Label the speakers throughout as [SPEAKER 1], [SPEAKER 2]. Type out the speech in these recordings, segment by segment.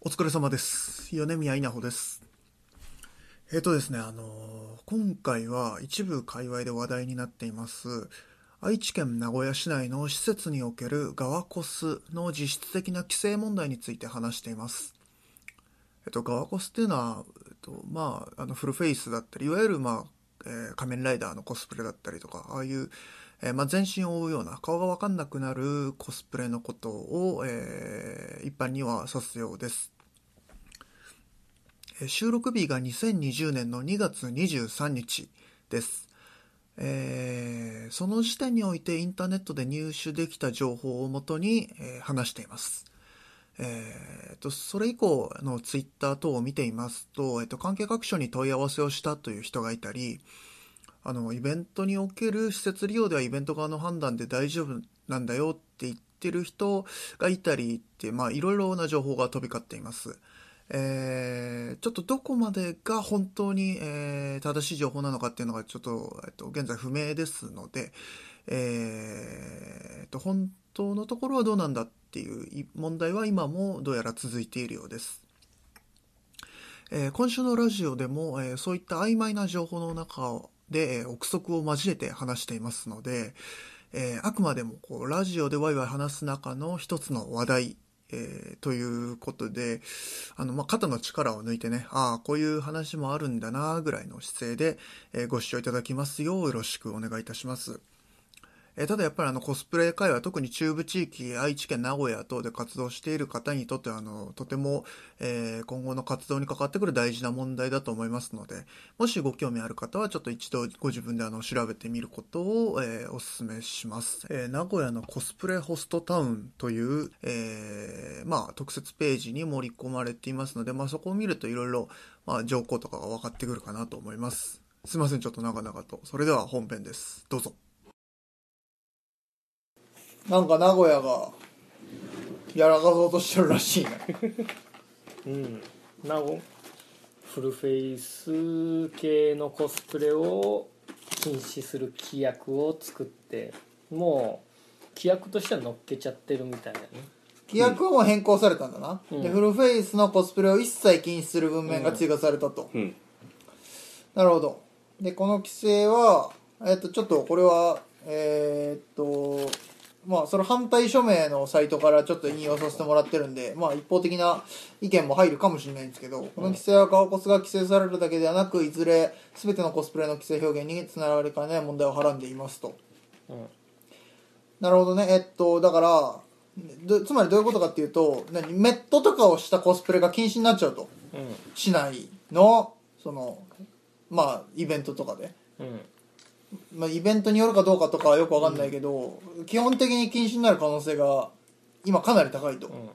[SPEAKER 1] お疲れ様です。米宮稲穂です。えっ、とですね、あのー今回は一部界隈で話題になっています、愛知県名古屋市内の施設におけるガワコスの実質的な規制問題について話しています。えっ、と、ガワコスっていうのは、えっ、と、まあ、あの、フルフェイスだったり、いわゆる、まあ、えー仮面ライダーのコスプレだったりとか、ああいう、えーまあ、全身を覆うような顔がわかんなくなるコスプレのことを、えー一般には指すようです。えー収録日が2020年の2月23日です。えーその時点においてインターネットで入手できた情報をもとに、えー話しています。えーと、それ以降のツイッター等を見ていますと、えっと、関係各所に問い合わせをしたという人がいたり、あの、イベントにおける施設利用ではイベント側の判断で大丈夫なんだよって言ってる人がいたりって、まあ、いろいろな情報が飛び交っています。えーちょっとどこまでが本当に、えー正しい情報なのかっていうのがちょっと、えっと、現在不明ですので、えーと、本当のところはどうなんだっていうい問題は今もどうやら続いているようです。えー今週のラジオでも、えーそういった曖昧な情報の中で、えー憶測を交えて話していますので、えーあくまでもこうラジオでワイワイ話す中の一つの話題、えーということで、あの、まあ、肩の力を抜いてね、ああ、こういう話もあるんだな、ぐらいの姿勢で、えーご視聴いただきますよう、よろしくお願いいたします。えーただやっぱりあのコスプレ界は特に中部地域、愛知県名古屋等で活動している方にとってはあのとても、えー今後の活動に関わってくる大事な問題だと思いますので、もしご興味ある方はちょっと一度ご自分であの調べてみることを、えーお勧めします、えー名古屋のコスプレホストタウンという、えーまあ特設ページに盛り込まれていますので、まあそこを見るといろいろまあ情報とかが分かってくるかなと思います。すいません、ちょっと長々と。それでは本編です。どうぞ。なんか名古屋がやらかそうとしてるらしいね
[SPEAKER 2] うん、なおフルフェイス系のコスプレを禁止する規約を作ってもう規約としては乗っけちゃってるみたいだね
[SPEAKER 1] 規約はもう変更されたんだな、
[SPEAKER 2] うん
[SPEAKER 1] でフルフェイスのコスプレを一切禁止する文面が追加されたと、
[SPEAKER 3] うん、
[SPEAKER 1] なるほどでこの規制はえっとちょっとこれはえーっとまあその反対署名のサイトからちょっと引用させてもらってるんでまあ一方的な意見も入るかもしれないんですけどこの規制は顔コスが規制されるだけではなくいずれ全てのコスプレの規制表現につながりかねない問題をはらんでいますと
[SPEAKER 2] うん
[SPEAKER 1] なるほどね。えっと、だから、どつまりどういうことかっていうと、何メットとかをしたコスプレが禁止になっちゃうと。市内の、その、まあ、イベントとかで。
[SPEAKER 2] うんうん
[SPEAKER 1] まあ、イベントによるかどうかとかはよくわかんないけど、基本的に禁止になる可能性が、今かなり高いと。
[SPEAKER 2] うん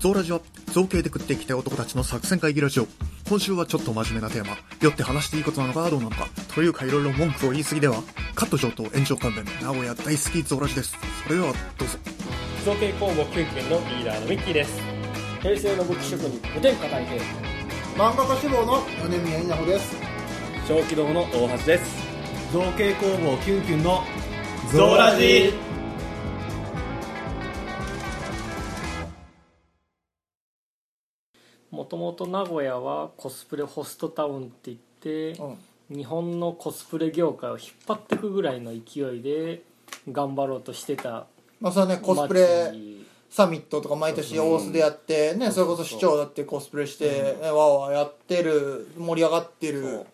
[SPEAKER 1] ゾウラジは造形で食ってきた男たちの作戦会議ラジオ今週はちょっと真面目なテーマ酔って話していいことなのかどうなのかというかいろいろ文句を言い過ぎではカット上等炎上関連名古屋大好きゾウラジですそれではどうぞ
[SPEAKER 4] 造形工房キュンキュンのリーダーのミッキーです
[SPEAKER 2] 平成の武器職人無添加大平
[SPEAKER 1] 漫画家志望の米宮稲穂です
[SPEAKER 4] 小規道の大橋です
[SPEAKER 3] 造形工房キュンキュンの
[SPEAKER 4] ゾーラジー
[SPEAKER 2] もともと名古屋はコスプレホストタウンって言って
[SPEAKER 1] うん
[SPEAKER 2] 日本のコスプレ業界を引っ張ってくぐらいの勢いで頑張ろうとしてた
[SPEAKER 1] まあそれはねコスプレ
[SPEAKER 2] 街
[SPEAKER 1] サミットとか毎年大須でやってねそれこそ市長だってコスプレしてねわーわーやってる盛り上がってる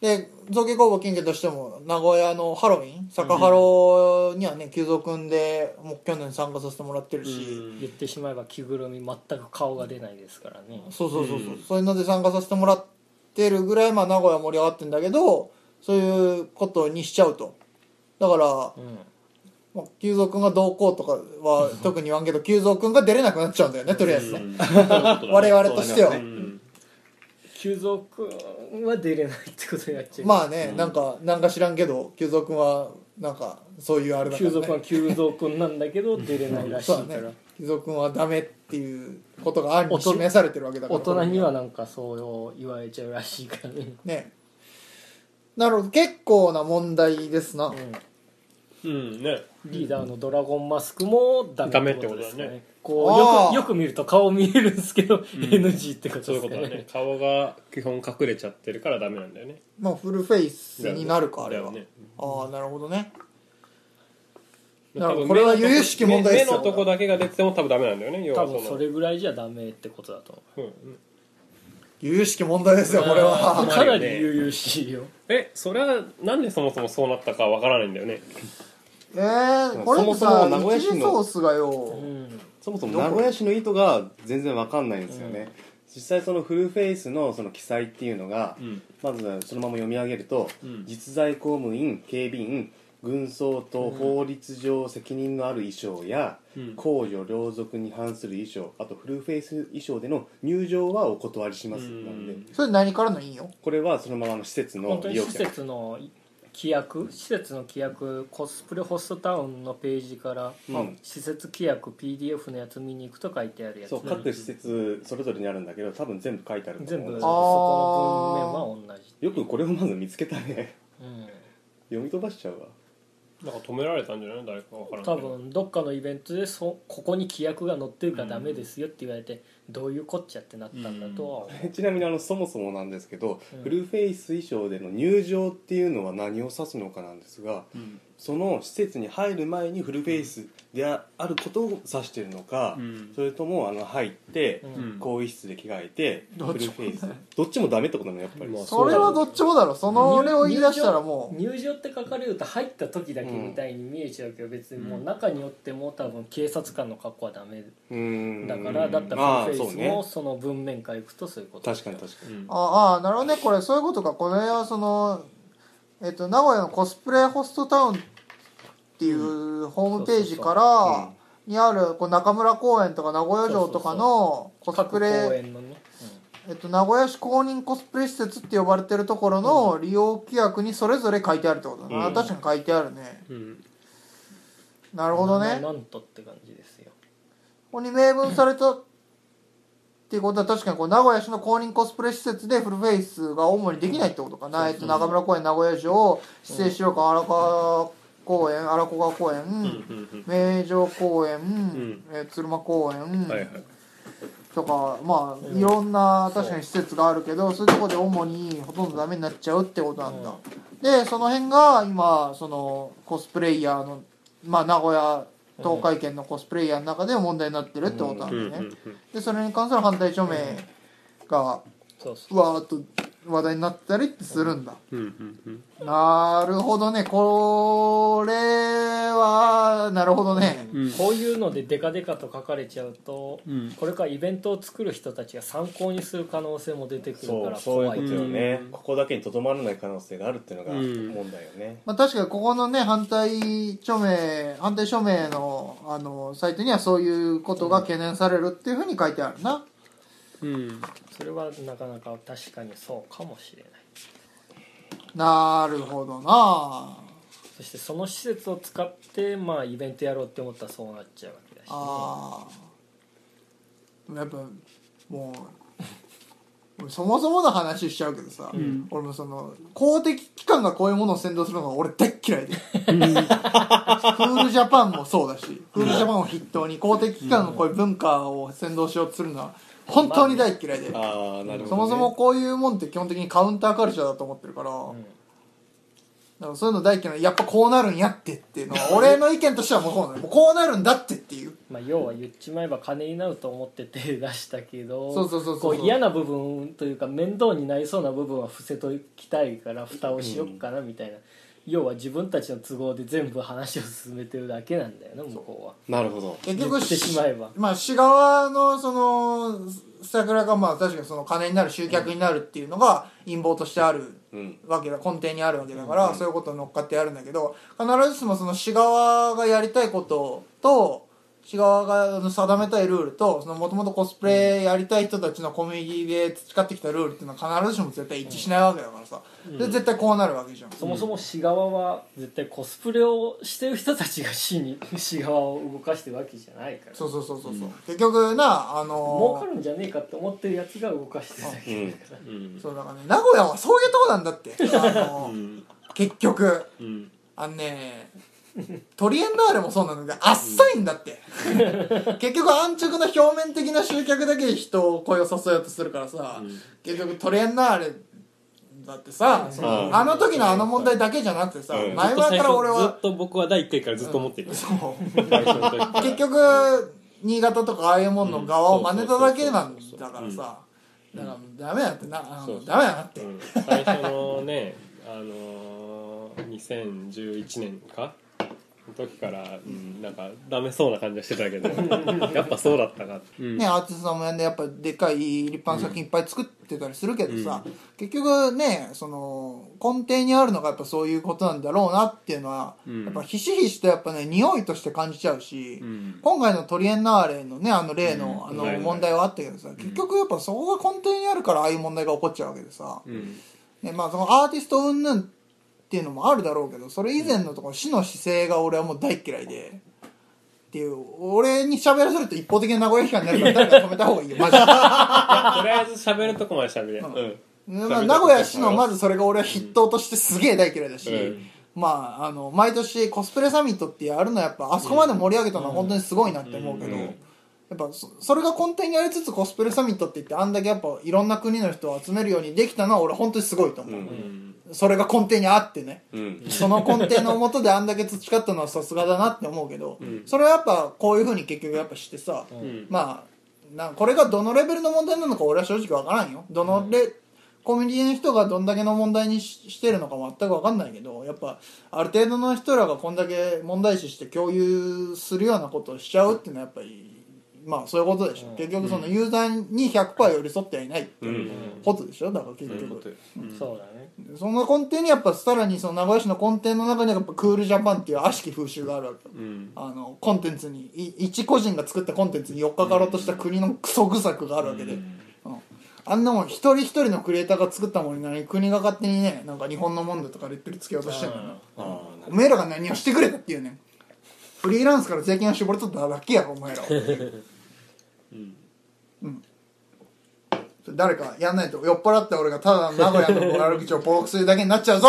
[SPEAKER 1] で造形工房近畿としても名古屋のハロウィン坂ハロにはね久蔵君でもう去年参加させてもらってるし
[SPEAKER 2] 言ってしまえば着ぐるみ全く顔が出ないですからね
[SPEAKER 1] そうそうそうそう
[SPEAKER 3] うん
[SPEAKER 1] そういうので参加させてもらってるぐらいまあ名古屋盛り上がってるんだけどそういうことにしちゃうとだから
[SPEAKER 2] うん
[SPEAKER 1] まあ久蔵君がどうこうとかは特に言わ んけど久蔵君が出れなくなっちゃうんだよねとりあえずね我
[SPEAKER 3] 我
[SPEAKER 1] 々としては
[SPEAKER 2] 久蔵君は出れないってことになっちゃう
[SPEAKER 1] まあね、なんかなんか知らんけど久蔵君はなんかそういうあれだから、
[SPEAKER 2] 久
[SPEAKER 1] ね、
[SPEAKER 2] 蔵君は久蔵君なんだけど出れないらしい
[SPEAKER 1] そう
[SPEAKER 2] か
[SPEAKER 1] だ
[SPEAKER 2] ら
[SPEAKER 1] ね久蔵君はダメっていうことが暗
[SPEAKER 2] 大
[SPEAKER 1] に
[SPEAKER 2] 人
[SPEAKER 1] 示されてるわけだから
[SPEAKER 2] 大人にはなんかそう言われちゃうらしいからね
[SPEAKER 1] ねなるほど結構な問題ですな、
[SPEAKER 2] うん
[SPEAKER 3] うんね
[SPEAKER 2] リーダーのドラゴンマスクもダメってことですか
[SPEAKER 3] ダメっ
[SPEAKER 2] ね
[SPEAKER 3] て
[SPEAKER 1] あ
[SPEAKER 2] こうよ
[SPEAKER 1] ー
[SPEAKER 2] くよく見ると顔見えるんですけど、NG ってこと
[SPEAKER 3] そうい
[SPEAKER 2] で
[SPEAKER 3] う
[SPEAKER 2] す
[SPEAKER 3] こ
[SPEAKER 2] か
[SPEAKER 3] とだね
[SPEAKER 2] ね
[SPEAKER 3] 顔が基本隠れちゃってるからダメなんだよね
[SPEAKER 1] まあフルフェイスになるかあれは、
[SPEAKER 3] だよね
[SPEAKER 1] ああなるほどねなる
[SPEAKER 3] 多
[SPEAKER 1] ほど
[SPEAKER 3] 分
[SPEAKER 1] これは由々しき問題です
[SPEAKER 3] 目
[SPEAKER 1] よ
[SPEAKER 3] のとこだけが出てても多分ダメなんだよね要
[SPEAKER 2] 多
[SPEAKER 3] はその
[SPEAKER 2] 分それぐらいじゃダメってことだと思
[SPEAKER 3] うんうん
[SPEAKER 1] 由々しき問題ですよ
[SPEAKER 2] う
[SPEAKER 1] これ
[SPEAKER 2] う
[SPEAKER 1] は
[SPEAKER 2] んかなり悠々しいよ
[SPEAKER 3] えそれはなんでそもそもそうなったかわからないんだよね
[SPEAKER 1] えー、これって
[SPEAKER 5] そもそ
[SPEAKER 1] さ
[SPEAKER 5] も名古屋
[SPEAKER 1] 一
[SPEAKER 5] 市の
[SPEAKER 1] 時ソースがよ、
[SPEAKER 2] うん
[SPEAKER 5] そもそも名古屋市の意図が全然わかんないんですよね、実際そのフルフェイスのその記載っていうのが、
[SPEAKER 3] ん
[SPEAKER 5] まずそのまま読み上げると、
[SPEAKER 3] うん
[SPEAKER 5] 実在公務員警備員軍装と法律上責任のある衣装や、
[SPEAKER 3] うん
[SPEAKER 5] 公序良俗に反する衣装あとフルフェイス衣装での入場はお断りします
[SPEAKER 3] うん
[SPEAKER 5] なんで
[SPEAKER 1] それ何からの引用
[SPEAKER 5] これはそのままの施設の
[SPEAKER 2] 本当
[SPEAKER 5] 利
[SPEAKER 2] に
[SPEAKER 5] 用
[SPEAKER 2] 施
[SPEAKER 5] 客
[SPEAKER 2] 設の規約施設の規約コスプレホストタウンのページから、
[SPEAKER 5] うん
[SPEAKER 2] まあ施設規約 PDF のやつ見に行くと書いてあるやつ
[SPEAKER 5] そう各施設それぞれにあるんだけど多分全部書いてあると
[SPEAKER 2] 全
[SPEAKER 5] 思う
[SPEAKER 2] 部そ
[SPEAKER 1] あ
[SPEAKER 2] この文面は同じ、
[SPEAKER 5] よくこれをまず見つけたね
[SPEAKER 2] う
[SPEAKER 5] 読み飛ばしちゃうわ
[SPEAKER 3] なんか止められたんじゃない誰かわから
[SPEAKER 2] ん、
[SPEAKER 3] ん
[SPEAKER 2] 多
[SPEAKER 3] けど
[SPEAKER 2] 分どっかのイベントでそここに規約が載ってるからダメですよって言われて、どういうこっちゃってなったんだとは思う、
[SPEAKER 5] ちなみにあのそもそもなんですけど、
[SPEAKER 2] うん
[SPEAKER 5] フルフェイス衣装での入場っていうのは何を指すのかなんですが
[SPEAKER 3] うん
[SPEAKER 5] その施設に入る前にフルフェイスであることを指してるのか、
[SPEAKER 3] うん
[SPEAKER 5] それともあの入って
[SPEAKER 2] うん
[SPEAKER 3] うん
[SPEAKER 5] 更衣室で着替えて
[SPEAKER 1] どっ
[SPEAKER 5] フ
[SPEAKER 1] ち
[SPEAKER 5] ル
[SPEAKER 1] も
[SPEAKER 5] フェイスどっちもダメってことなのやっぱり、
[SPEAKER 3] まあ
[SPEAKER 1] それはどっちもだろその俺を言い出したらも
[SPEAKER 2] 入場って書かれると入った時だけみたいに見えちゃうけど別にもう中によっても多分警察官の格好はダメ
[SPEAKER 5] うーん
[SPEAKER 2] だからだったらフルフェイス
[SPEAKER 5] まあ
[SPEAKER 2] も
[SPEAKER 5] そうね
[SPEAKER 2] その文面からいくとそういうこと
[SPEAKER 5] 確かに確かに、
[SPEAKER 3] うん
[SPEAKER 1] うああなるほどねこれそういうことかこれはそのえっと名古屋のコスプレホストタウンっていうホームページからにあるこう中村公園とか名古屋城とかのコス
[SPEAKER 2] 各
[SPEAKER 1] プ
[SPEAKER 2] 公
[SPEAKER 1] レ
[SPEAKER 2] 園のね、
[SPEAKER 1] えっと名古屋市公認コスプレ施設って呼ばれてるところの利用規約にそれぞれ書いてあるってことだな、
[SPEAKER 5] うん
[SPEAKER 1] 確かに書いてあるね
[SPEAKER 3] うん
[SPEAKER 1] な
[SPEAKER 2] な
[SPEAKER 1] るほどね
[SPEAKER 2] なんとって感じですよ
[SPEAKER 1] ここに明文されたっていうことは確かにこう名古屋市の公認コスプレ施設でフルフェイスが主にできないってことかな、えっと、中村公園名古屋城市政資料館荒川公園荒小川公園、
[SPEAKER 3] うんうん
[SPEAKER 1] 名城公園、
[SPEAKER 3] ん
[SPEAKER 1] えー鶴間公園、
[SPEAKER 3] はいはい
[SPEAKER 1] とかまあ
[SPEAKER 2] うん
[SPEAKER 1] いろんな確かに施設があるけどそういうとこで主にほとんどダメになっちゃうってことなんだ、でその辺が今そのコスプレイヤーのまあ名古屋東海圏のコスプレイヤーの中でも問題になってるってことなん
[SPEAKER 3] う
[SPEAKER 1] だね、
[SPEAKER 3] んうんうん
[SPEAKER 1] でそれに関する反対署名が
[SPEAKER 2] そうそう
[SPEAKER 1] わーっと話題になったりってするんだ、
[SPEAKER 3] うんうん
[SPEAKER 1] なるほどねこれはなるほどね、
[SPEAKER 3] うん
[SPEAKER 2] こういうのでデカデカと書かれちゃうと、
[SPEAKER 3] うん
[SPEAKER 2] これからイベントを作る人たちが参考にする可能性も出てくるか
[SPEAKER 5] そう
[SPEAKER 2] ら
[SPEAKER 5] そういう
[SPEAKER 2] 怖
[SPEAKER 5] こ
[SPEAKER 2] い
[SPEAKER 5] と
[SPEAKER 2] と
[SPEAKER 5] よね、
[SPEAKER 3] うん
[SPEAKER 5] ここだけにとどまらない可能性があるっていうのが
[SPEAKER 3] うん
[SPEAKER 5] 問題よね、
[SPEAKER 1] まあ、確かにここのね反対署名反対署名のあのサイトにはそういうことが懸念されるっていうふうに書いてあるな、
[SPEAKER 3] うん
[SPEAKER 2] それはなかなか確かにそうかもしれない
[SPEAKER 1] なるほどな
[SPEAKER 2] そしてその施設を使ってまあイベントやろうって思ったらそうなっちゃうわけだし、
[SPEAKER 1] あーでもやっぱもう俺そもそもの話しちゃうけどさ、俺もその公的機関がこういうものを先導するのが俺大っ嫌いでクールジャパンもそうだしクールジャパンを筆頭に公的機関がこういう文化を先導しようとするのは本当に大っ嫌いで、
[SPEAKER 5] ああなるほど、ね、
[SPEAKER 1] そもそもこういうもんって基本的にカウンターカルチャーだと思ってるから,、
[SPEAKER 2] ん
[SPEAKER 1] だからそういうの大嫌いなやっぱこうなるんやってっていうのは俺の意見としてはもうそうなのもうこうなるんだってっていう
[SPEAKER 2] まあ、要は言っちまえば金になると思って手出したけど
[SPEAKER 1] そうそうそう
[SPEAKER 2] こ
[SPEAKER 1] そう
[SPEAKER 2] う嫌な部分というか面倒になりそうな部分は伏せときたいから蓋をしよっかなみたいな、要は自分たちの都合で全部話を進めてるだけなんだよな向こうは。
[SPEAKER 5] なるほど
[SPEAKER 1] 結
[SPEAKER 2] 言
[SPEAKER 1] 局
[SPEAKER 2] ってしまえば
[SPEAKER 1] まあ市側のその桜がまあ確かにその金になる集客になるっていうのが陰謀としてある
[SPEAKER 5] うん
[SPEAKER 1] わけだ根底にあるわけだから、そういうことを乗っかってやるんだけど必ずしもその市側がやりたいことと市側があの定めたいルールともともとコスプレやりたい人たちのコミュニティで培ってきたルールっていうのは必ずしも絶対一致しないわけだからさ、で絶対こうなるわけじゃん。
[SPEAKER 2] そもそも市側は絶対コスプレをしてる人たちが市に市側を動かしてるわけじゃないから
[SPEAKER 1] そうそうそうそうそう、結局なあ
[SPEAKER 2] 儲
[SPEAKER 1] の
[SPEAKER 2] かるんじゃねえかって思ってるやつが動かしてるだけだから、
[SPEAKER 3] うん
[SPEAKER 1] そうだからね名古屋はそういうとこなんだってあの結局
[SPEAKER 3] うん
[SPEAKER 1] あのねトリエンダーレもそうなんだけどあっさいんだって結局安直な表面的な集客だけで人を声を誘おうとするからさ、結局トリエンダーレだってさ、その
[SPEAKER 3] うん
[SPEAKER 1] あの時のあの問題だけじゃなくてさ、
[SPEAKER 3] うん
[SPEAKER 1] 前々から俺
[SPEAKER 3] ず
[SPEAKER 1] は
[SPEAKER 3] っと僕は第一回からずっと思ってる。
[SPEAKER 1] そう
[SPEAKER 3] 最初の時から
[SPEAKER 1] 結局新潟とかああいうもんの側を真似ただけなんだからさだからダメだってなあ
[SPEAKER 3] そう
[SPEAKER 1] の
[SPEAKER 3] そう
[SPEAKER 1] ダメだなって
[SPEAKER 3] うん最初のねあのー、2011年かの時から、うん、なんかダメそうな感じはしてた けどやっぱそうだったかって
[SPEAKER 1] ねアーティストさんもやんでやっぱでかい立派な作品いっぱい作ってたりするけどさ結局ねその根底にあるのがやっぱそういうことなんだろうなっていうのはやっぱひしひしとやっぱね匂いとして感じちゃうし今回のトリエンナーレのねあの例のあの
[SPEAKER 3] はいはい
[SPEAKER 1] 問題はあったけどさ結局やっぱそこが根底にあるからああいう問題が起こっちゃうわけでさねまあ、そのアーティスト云々っていうのもあるだろうけどそれ以前のところ死の姿勢が俺はもう大っ嫌いで。っていう俺に喋らせると一方的な名古屋批判になるから誰か止めた方がいいよマ ジで
[SPEAKER 3] とりあえず喋るとこまで喋れ、
[SPEAKER 1] うん
[SPEAKER 3] うん
[SPEAKER 1] まあ名古屋市のまずそれが俺は筆頭としてすげえ大嫌いだし、
[SPEAKER 3] うん
[SPEAKER 1] まああの毎年コスプレサミットってやるのはやっぱあそこまで盛り上げたのは本当にすごいなって思うけど、
[SPEAKER 3] うんうん
[SPEAKER 1] やっぱそそれが根底にありつつコスプレサミットって言ってあんだけやっぱいろんな国の人を集めるようにできたのは俺本当にすごいと思う、それが根底にあってね
[SPEAKER 5] うん
[SPEAKER 1] その根底のもとであんだけ培ったのはさすがだなって思うけど、それはやっぱこういうふうに結局やっぱしてさ、
[SPEAKER 3] ん
[SPEAKER 1] まあなこれがどのレベルの問題なのか俺は正直わからんよどのレ、コミュニティの人がどんだけの問題にししてるのか全くわかんないけどやっぱある程度の人らがこんだけ問題視して共有するようなことをしちゃうっていうのはやっぱりまあそういうことでしょ、結局そのユーザーに100%寄り添ってはいないっていうことでしょだから結局、
[SPEAKER 2] そうだね
[SPEAKER 1] その根底にやっぱさらにその名古屋市の根底の中にはやっぱクールジャパンっていう悪しき風習があるわけよ、あのコンテンツにい一個人が作ったコンテンツに寄っかかろうとした国のクソ愚策があるわけで、うんあんなもん一人一人のクリエイターが作ったものに何国が勝手にねなんか日本のもんだとかレッテルつけようとしてるのよおめえらが何をしてくれたっていうねフリーランスから税金を絞り取っただけやろお前ら誰かやんないと酔っ払って俺がただの名古屋の悪口をボロクするだけになっちゃうぞ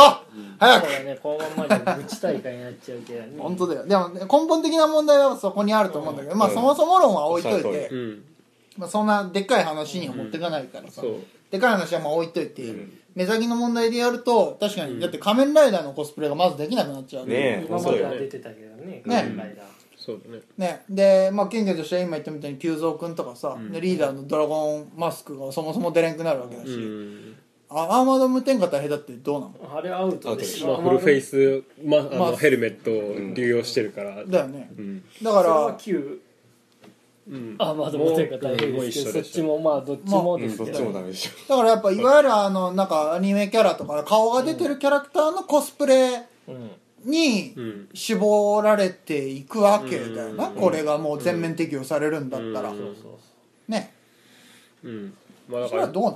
[SPEAKER 1] 早く
[SPEAKER 2] そうだねこのまんまじゃ愚痴大会になっちゃうけど、ね、
[SPEAKER 1] 本当だよでもね根本的な問題はそこにあると思うんだけど、まあそもそも論は置いとい
[SPEAKER 3] そうそう
[SPEAKER 1] て、まあ、そんなでっかい話には持ってかないからさ、
[SPEAKER 3] そう
[SPEAKER 1] でっかい話はまあ置いといて、目先の問題でやると確かに、だって仮面ライダーのコスプレがまずできなくなっちゃうわけ
[SPEAKER 5] ねえ
[SPEAKER 2] 今までは出てたけどね
[SPEAKER 1] ね
[SPEAKER 2] 今回だ
[SPEAKER 3] そうだね
[SPEAKER 1] ねで、まあ、金魚としては今言ったみたいに久蔵君とかさ、でリーダーのドラゴンマスクがそもそも出れんくなるわけだし、あアーマード無添加大変だってどうなの
[SPEAKER 2] あれアウトでし
[SPEAKER 3] ま
[SPEAKER 2] ょ
[SPEAKER 3] あ、フルフェイス、まあの
[SPEAKER 1] まあ
[SPEAKER 3] ヘルメットを流用してるから、
[SPEAKER 1] だよね、
[SPEAKER 3] ん
[SPEAKER 1] だか
[SPEAKER 2] それは
[SPEAKER 1] ら
[SPEAKER 2] 旧
[SPEAKER 3] うん
[SPEAKER 2] アーマードモテが大変ですけ
[SPEAKER 3] もう
[SPEAKER 2] ど
[SPEAKER 3] 一緒でしょ
[SPEAKER 2] そっちもまあどっちも
[SPEAKER 5] う
[SPEAKER 2] で
[SPEAKER 5] ん
[SPEAKER 2] す
[SPEAKER 5] どっ
[SPEAKER 2] け
[SPEAKER 5] ち
[SPEAKER 2] ど
[SPEAKER 5] もダメでしょ
[SPEAKER 1] だからやっぱいわゆるあのなんかアニメキャラとか顔が出てるキャラクターのコスプレ
[SPEAKER 2] うん
[SPEAKER 1] に
[SPEAKER 3] ん
[SPEAKER 1] 絞られていくわけだよな、これがもう全面適用されるんだったら、
[SPEAKER 2] そうそう
[SPEAKER 1] ね
[SPEAKER 3] うんまあだ
[SPEAKER 1] そ
[SPEAKER 3] か
[SPEAKER 1] れは
[SPEAKER 3] ら
[SPEAKER 1] どうな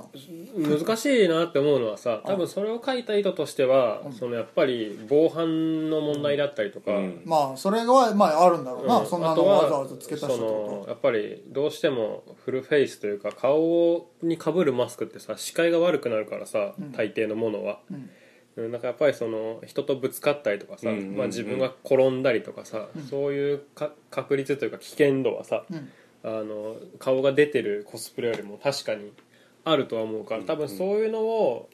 [SPEAKER 1] の
[SPEAKER 3] 難しいなって思うのはさ多分それを書いた意図としては、そのやっぱり防犯の問題だったりとか、
[SPEAKER 5] うん
[SPEAKER 1] まあそれはまああるんだろうな、
[SPEAKER 3] うん
[SPEAKER 1] そんな
[SPEAKER 3] あと
[SPEAKER 1] の
[SPEAKER 3] は
[SPEAKER 1] わざわざ付け足したって
[SPEAKER 3] そ
[SPEAKER 1] こ
[SPEAKER 3] のやっぱりどうしてもフルフェイスというか顔にかぶるマスクってさ視界が悪くなるからさ、大抵のものは、
[SPEAKER 1] ん
[SPEAKER 3] うんなんかやっぱりその人とぶつかったりとかさ、
[SPEAKER 5] うんうんうん
[SPEAKER 3] まあ、自分が転んだりとかさ、そういうか確率というか危険度はさ、
[SPEAKER 1] うん
[SPEAKER 3] あの顔が出てるコスプレよりも確かにあるとは思うから多分そういうのを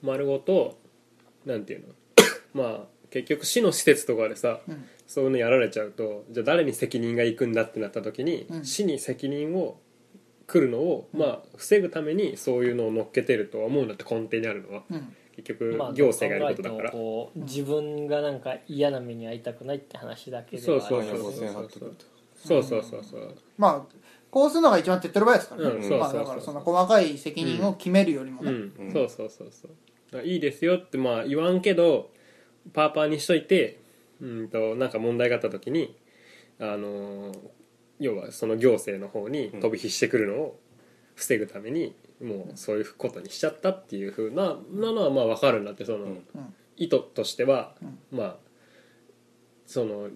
[SPEAKER 3] 丸ごとなんていうの まあ結局市の施設とかでさ、
[SPEAKER 1] うん
[SPEAKER 3] そういうのやられちゃうとじゃあ誰に責任がいくんだってなった時に、
[SPEAKER 1] うん
[SPEAKER 3] 市に責任を来るのを、まあ防ぐためにそういうのを乗っけてるとは思うんだって根底にあるのは
[SPEAKER 1] と、うん
[SPEAKER 3] 結局
[SPEAKER 2] まあ
[SPEAKER 3] 行政がやることだから、
[SPEAKER 2] 考えてもこう自分がなんか嫌な目に遭いたくないって話だけではある
[SPEAKER 3] そう
[SPEAKER 5] マイナス
[SPEAKER 3] そう
[SPEAKER 5] 5000貼ってくると
[SPEAKER 3] そうそうそうそう
[SPEAKER 1] まあこうするのが一番手っ取り早いですからね、
[SPEAKER 3] うんそう
[SPEAKER 1] まあ、
[SPEAKER 3] そうそう
[SPEAKER 1] だからその細かい責任を決めるよりも
[SPEAKER 3] う
[SPEAKER 1] ね、
[SPEAKER 3] ん、
[SPEAKER 5] ん
[SPEAKER 3] そうそうそうそうだからいいですよってまあ言わんけどパーパーにしといてうんとなんか問題があった時にあのー要はその行政の方に飛び火してくるのを防ぐために、もうそういうことにしちゃったっていうふうななのはまあ分かるんだってその、
[SPEAKER 5] うん
[SPEAKER 1] うん
[SPEAKER 3] 意図としては、
[SPEAKER 1] ん
[SPEAKER 3] まあその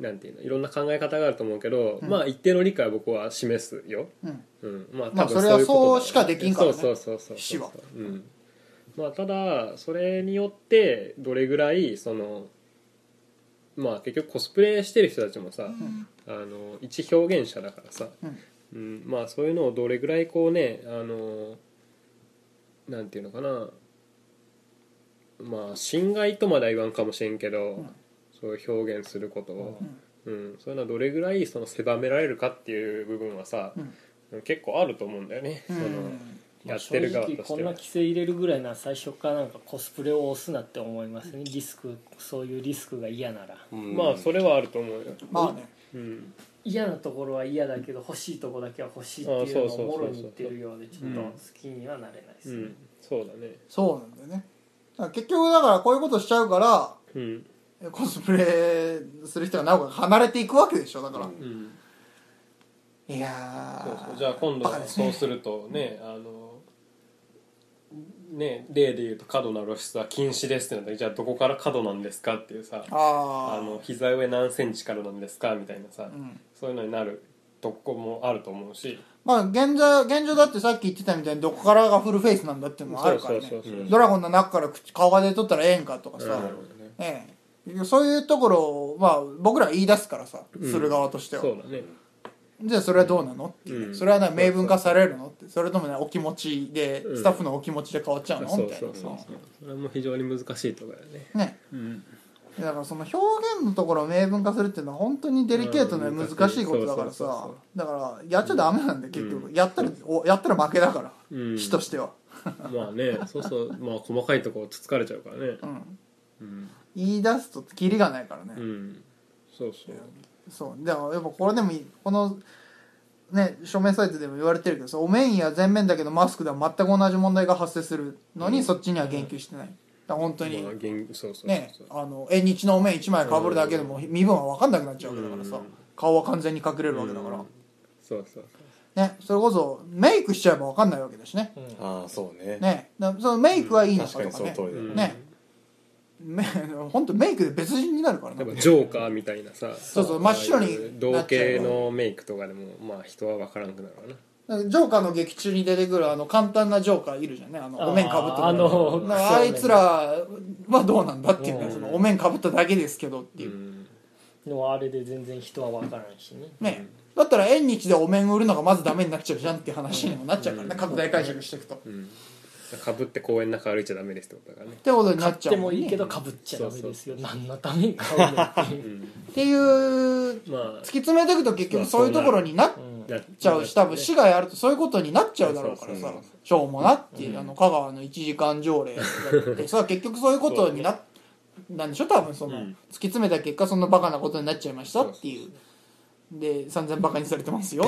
[SPEAKER 3] なんていうのいろんな考え方があると思うけど、まあ一定の理解は僕は示すよ、
[SPEAKER 1] うん
[SPEAKER 3] うん、まあ
[SPEAKER 1] まあ
[SPEAKER 3] 多分
[SPEAKER 1] それは
[SPEAKER 3] いうことだろ
[SPEAKER 1] そう
[SPEAKER 3] ね
[SPEAKER 1] しかできんからね
[SPEAKER 3] そうそうそうそうそう
[SPEAKER 1] 死は
[SPEAKER 3] うんまあただそれによってどれぐらいそのまあ結局コスプレしてる人たちもさ、
[SPEAKER 1] ん
[SPEAKER 3] あの一表現者だからさ、
[SPEAKER 1] うん
[SPEAKER 3] うんまあそういうのをどれぐらいこうねあのなんていうのかなまあ侵害とまでは言わんかもしれんけど、
[SPEAKER 1] ん
[SPEAKER 3] そういう表現することを、うんそういうのはどれぐらいその狭められるかっていう部分はさ、結構あると思うんだよね、
[SPEAKER 1] うん
[SPEAKER 3] そのやってる側と
[SPEAKER 2] 正直こ
[SPEAKER 3] し
[SPEAKER 2] ん
[SPEAKER 3] て
[SPEAKER 2] な
[SPEAKER 3] は。
[SPEAKER 2] 規制入れるぐらいなら最初からなんかコスプレを押すなって思いますねリスクそういうリスクが嫌なら
[SPEAKER 5] うん
[SPEAKER 3] まあそれはあると思うよ、
[SPEAKER 1] まあね
[SPEAKER 3] うん、
[SPEAKER 2] 嫌なところは嫌だけど欲しいとこだけは欲しいっていう
[SPEAKER 3] あそう
[SPEAKER 2] の
[SPEAKER 3] そうそう
[SPEAKER 2] を
[SPEAKER 3] そ
[SPEAKER 2] も
[SPEAKER 3] う
[SPEAKER 2] ろに言ってるようでちょっと
[SPEAKER 3] うん
[SPEAKER 2] 好きにはなれないで
[SPEAKER 3] う
[SPEAKER 2] すね、
[SPEAKER 3] ん、そうだね
[SPEAKER 1] そうなんだよねだから結局だからこういうことしちゃうから
[SPEAKER 3] うん
[SPEAKER 1] えコスプレする人がなおかつ離れていくわけでしょだから、
[SPEAKER 3] うん
[SPEAKER 1] いや
[SPEAKER 3] そうそう
[SPEAKER 1] ー
[SPEAKER 3] じゃあ今度
[SPEAKER 1] バカです
[SPEAKER 3] そうするとねあのね例で言うと過度な露出は禁止ですってなったらじゃあどこから過度なんですかっていうさ
[SPEAKER 1] あ
[SPEAKER 3] あの膝上何センチからなんですかみたいなさ、
[SPEAKER 1] あうん
[SPEAKER 3] そういうのになるとこもあると思うし
[SPEAKER 1] まあ現状現状だってさっき言ってたみたいにどこからがフルフェイスなんだっていうのもあるからね
[SPEAKER 3] そうそうそうそう
[SPEAKER 1] ドラゴンの中から口顔が出とったらええんかとかさ、ええ、そういうところを、まあ、僕らが言い出すからさ、
[SPEAKER 3] ん
[SPEAKER 1] する側としては
[SPEAKER 3] そうだね
[SPEAKER 1] じゃあそれはどうなのっていう、
[SPEAKER 3] うん
[SPEAKER 1] それはね明文化されるのってそれともねお気持ちで、
[SPEAKER 3] うん
[SPEAKER 1] スタッフのお気持ちで変わっちゃうの
[SPEAKER 3] そ
[SPEAKER 1] み
[SPEAKER 3] う
[SPEAKER 1] たい
[SPEAKER 3] そ
[SPEAKER 1] な
[SPEAKER 3] うそうそうそれも非常に難しいところだよね
[SPEAKER 1] ね
[SPEAKER 3] うん
[SPEAKER 1] だからその表現のところを明文化するっていうのは本当にデリケートな
[SPEAKER 3] うん
[SPEAKER 1] 難しいことだから
[SPEAKER 3] そうそう
[SPEAKER 1] さ
[SPEAKER 3] そう
[SPEAKER 1] だからやっちゃダメなんだよ結局、
[SPEAKER 3] う
[SPEAKER 1] やったらおやったら負けだから、
[SPEAKER 3] うん
[SPEAKER 1] 死としては、
[SPEAKER 3] まあねそうそうまあ細かいところつつかれちゃうからね
[SPEAKER 1] うん、
[SPEAKER 3] うん、
[SPEAKER 1] 言い出すとキリがないからね、
[SPEAKER 3] うん、そうそう
[SPEAKER 1] そうだからやっぱこれでもいこのね署名サイトでも言われてるけどさお面や全面だけどマスクでは全く同じ問題が発生するのに、そっちには言及してない、だから本当に、
[SPEAKER 3] まあ、言そうそうそう
[SPEAKER 1] ね
[SPEAKER 3] そう
[SPEAKER 1] あの縁日のお面1枚かぶるだけでも身分は分かんなくなっちゃうわけだからさ、
[SPEAKER 3] うん
[SPEAKER 1] 顔は完全に隠れるわけだから、
[SPEAKER 3] うんそうそう
[SPEAKER 1] ねそれこそメイクしちゃえば分かんないわけだしね,、
[SPEAKER 5] ああそうね
[SPEAKER 1] ねだからそのメイクはいいのか
[SPEAKER 5] 確か
[SPEAKER 1] と
[SPEAKER 5] に
[SPEAKER 1] か
[SPEAKER 5] その
[SPEAKER 1] ね
[SPEAKER 5] 通り
[SPEAKER 3] そううん
[SPEAKER 5] だ、
[SPEAKER 1] ねめ 本当メイクで別人になるから
[SPEAKER 3] やっぱ
[SPEAKER 1] ね
[SPEAKER 3] ジョーカーみたいなさ
[SPEAKER 1] そうそう真っ白にな
[SPEAKER 3] 同
[SPEAKER 1] っちゃう
[SPEAKER 3] 系のメイクとかでもまあ人は分からんくなるわな
[SPEAKER 1] ジョーカーの劇中に出てくるあの簡単なジョーカーいるじゃんねあのお面かぶってる
[SPEAKER 2] あの
[SPEAKER 1] だからあいつらはどうなんだっていうね
[SPEAKER 2] うん
[SPEAKER 1] そのお面かぶっただけですけどって
[SPEAKER 3] う
[SPEAKER 1] いう、
[SPEAKER 3] ん
[SPEAKER 2] のはあれで全然人は分からんしね
[SPEAKER 1] ねだったら縁日でお面売るのがまずダメになっちゃうじゃんっていう話にもなっちゃうからね、拡大解釈していくと、っ
[SPEAKER 3] うんかぶって公園の中歩いちゃダメですってことだからね
[SPEAKER 1] てことになっちゃ
[SPEAKER 2] で
[SPEAKER 1] う
[SPEAKER 2] もいいけ
[SPEAKER 1] ど
[SPEAKER 2] どかぶっちゃダメですよ何のために買うのっていう、
[SPEAKER 1] っていう突
[SPEAKER 3] まあ
[SPEAKER 1] き詰めていくと結局そういうところになっ
[SPEAKER 2] うん
[SPEAKER 3] やっ
[SPEAKER 1] ちゃうし多分市がやるとそういうことになっちゃうだろうから
[SPEAKER 5] そう
[SPEAKER 1] さ
[SPEAKER 5] そうそう
[SPEAKER 1] しょうもなっていう、あの香川の1時間条例だってさ結局そういうことになっなんでしょ多分その、
[SPEAKER 3] うん
[SPEAKER 1] 突き詰めた結果そんなバカなことになっちゃいましたっていうで散々バカにされてますよ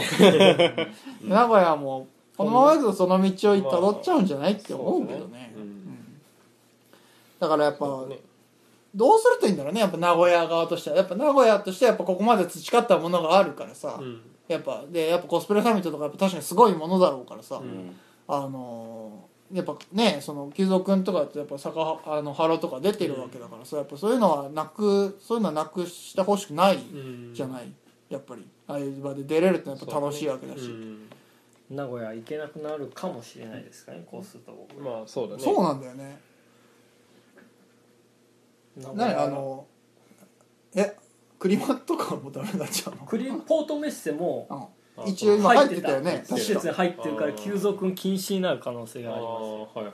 [SPEAKER 1] 名古屋もこのままだとその道をたどっちゃうんじゃないって思うけどね、うんだからやっぱ、
[SPEAKER 3] ね
[SPEAKER 1] どうするといいんだろうねやっぱ名古屋側としてはやっぱ名古屋としてはやっぱここまで培ったものがあるからさ、
[SPEAKER 3] うん
[SPEAKER 1] やっぱでやっぱコスプレサミットとかやっぱ確かにすごいものだろうからさ、
[SPEAKER 5] ん
[SPEAKER 1] あのーやっぱねその久蔵君とかってやっぱ坂はあのハロとか出てるわけだからさ、やっぱそういうのはなくそういうのはなくしてほしくない
[SPEAKER 3] うん
[SPEAKER 1] じゃない、やっぱりああいう場で出れるってやっぱ楽しいわけだし
[SPEAKER 3] う
[SPEAKER 1] そう,、
[SPEAKER 3] ん
[SPEAKER 2] 名古屋行けなくなるかもしれないですからねこうすると僕
[SPEAKER 3] まあそうだね
[SPEAKER 1] なんだよね
[SPEAKER 2] 名古
[SPEAKER 1] 何
[SPEAKER 2] 屋
[SPEAKER 1] あのえクリマとかもダメになっちゃうの
[SPEAKER 2] クリポートメッセも
[SPEAKER 1] うん一応今入ってたよね確
[SPEAKER 2] 施
[SPEAKER 1] か
[SPEAKER 2] 設に入ってるから
[SPEAKER 3] あー
[SPEAKER 2] 急増君禁止になる可能性
[SPEAKER 3] あ
[SPEAKER 2] があります
[SPEAKER 3] あはいはいはい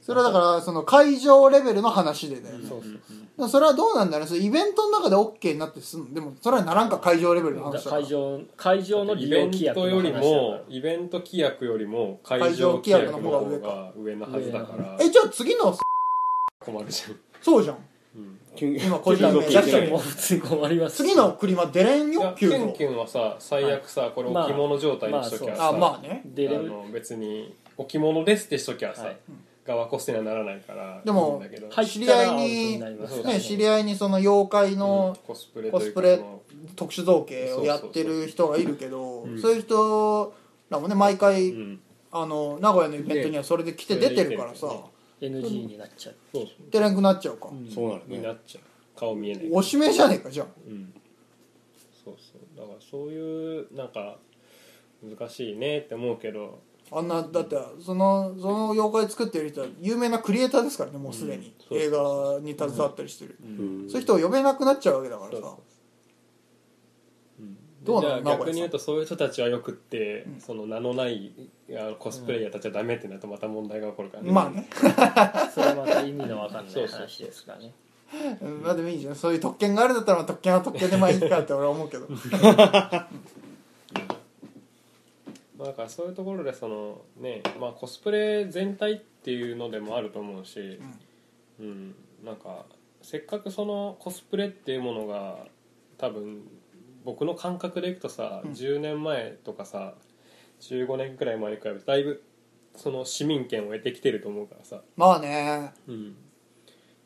[SPEAKER 1] それはだからその会場レベルの話でだよね、
[SPEAKER 2] そうそう
[SPEAKER 1] でもそれはどうなんだろうそれイベントの中で OK になってすんのでもそれはならんか会場レベルの話だから
[SPEAKER 2] 会場会場の
[SPEAKER 3] はいイ
[SPEAKER 2] 利
[SPEAKER 3] ベ
[SPEAKER 2] 用
[SPEAKER 3] ン
[SPEAKER 2] 規約
[SPEAKER 3] ト
[SPEAKER 2] の
[SPEAKER 3] よ
[SPEAKER 2] 話だ
[SPEAKER 3] り
[SPEAKER 2] か
[SPEAKER 3] もイベント規約よりも会場規約の方が上なはずだから
[SPEAKER 1] えじゃあ次の
[SPEAKER 3] 困るじゃん
[SPEAKER 1] そうじゃん今
[SPEAKER 5] 今
[SPEAKER 1] こういうの
[SPEAKER 2] ら
[SPEAKER 1] や
[SPEAKER 2] だ
[SPEAKER 1] っ
[SPEAKER 2] け
[SPEAKER 1] ちゃ
[SPEAKER 2] ど
[SPEAKER 1] う
[SPEAKER 2] も普通に困ります
[SPEAKER 1] 次の車出れん
[SPEAKER 3] いや
[SPEAKER 1] よ
[SPEAKER 3] キ
[SPEAKER 1] 急
[SPEAKER 3] ュンキ
[SPEAKER 1] 遽
[SPEAKER 3] ュンはさ最悪さこれ置物状態にしときゃさ
[SPEAKER 1] あまあね
[SPEAKER 2] 出
[SPEAKER 3] あ
[SPEAKER 2] れる
[SPEAKER 3] の別に置物ですってしときゃさ、
[SPEAKER 2] はい
[SPEAKER 3] 側こせにはならないから
[SPEAKER 1] でも
[SPEAKER 3] いいんだけど
[SPEAKER 2] 入
[SPEAKER 1] 知
[SPEAKER 2] っ
[SPEAKER 1] り
[SPEAKER 2] た
[SPEAKER 1] 合
[SPEAKER 2] らアウト
[SPEAKER 1] い
[SPEAKER 2] に
[SPEAKER 1] に、
[SPEAKER 2] なります
[SPEAKER 3] そう
[SPEAKER 2] から
[SPEAKER 1] ね、知り合いにその妖怪の
[SPEAKER 3] コスプレ
[SPEAKER 1] コ
[SPEAKER 3] とい
[SPEAKER 1] ス
[SPEAKER 3] うか
[SPEAKER 1] プレ
[SPEAKER 3] その
[SPEAKER 1] 特殊造形をやってる人がいるけど
[SPEAKER 3] ん
[SPEAKER 1] そういう人らもね毎回、
[SPEAKER 3] うん
[SPEAKER 1] あの名古屋のイベントにはそれで来て出てるからさ
[SPEAKER 3] ねそ
[SPEAKER 2] NG になっちゃう
[SPEAKER 3] そう
[SPEAKER 1] 出れんくなっちゃうか、
[SPEAKER 5] そうなる
[SPEAKER 3] に
[SPEAKER 5] ね
[SPEAKER 3] なっちゃう顔見えない
[SPEAKER 1] おしめじゃねえかじゃあ
[SPEAKER 3] うんそうそうだからそういうなんか難しいねって思うけど
[SPEAKER 1] あんなだってそのその妖怪作ってる人は有名なクリエイターですからねもうすでに、
[SPEAKER 2] そう
[SPEAKER 1] 映画に携わったりしてる、
[SPEAKER 5] うん
[SPEAKER 1] そういう人を呼べなくなっちゃうわけだから
[SPEAKER 2] そう
[SPEAKER 1] さ
[SPEAKER 2] そ
[SPEAKER 1] どう
[SPEAKER 3] じ
[SPEAKER 1] な
[SPEAKER 3] ゃあ
[SPEAKER 1] の名古
[SPEAKER 3] 逆
[SPEAKER 1] 屋
[SPEAKER 3] に
[SPEAKER 1] さ
[SPEAKER 3] 言
[SPEAKER 1] ん
[SPEAKER 3] うとそういう人たちはよくって、
[SPEAKER 1] うん
[SPEAKER 3] その名のないあのコスプレイヤーたちはダメってなるとまた問題が起こるから
[SPEAKER 1] まあね、
[SPEAKER 2] それはまた意味のわかんな
[SPEAKER 3] そう
[SPEAKER 2] い
[SPEAKER 3] そう
[SPEAKER 2] 話ですからね
[SPEAKER 1] うんまあでもいいじゃんそういう特権があるんだったら特権は特権でまあいいかって俺は思うけど
[SPEAKER 3] まあ、だからそういうところでその、ねまあ、コスプレ全体っていうのでもあると思うし、うんなんかせっかくそのコスプレっていうものが多分僕の感覚でいくとさ、
[SPEAKER 1] うん
[SPEAKER 3] 10年前とかさ15年くらい前に比べてだいぶその市民権を得てきてると思うからさ、
[SPEAKER 1] まあね
[SPEAKER 3] うん、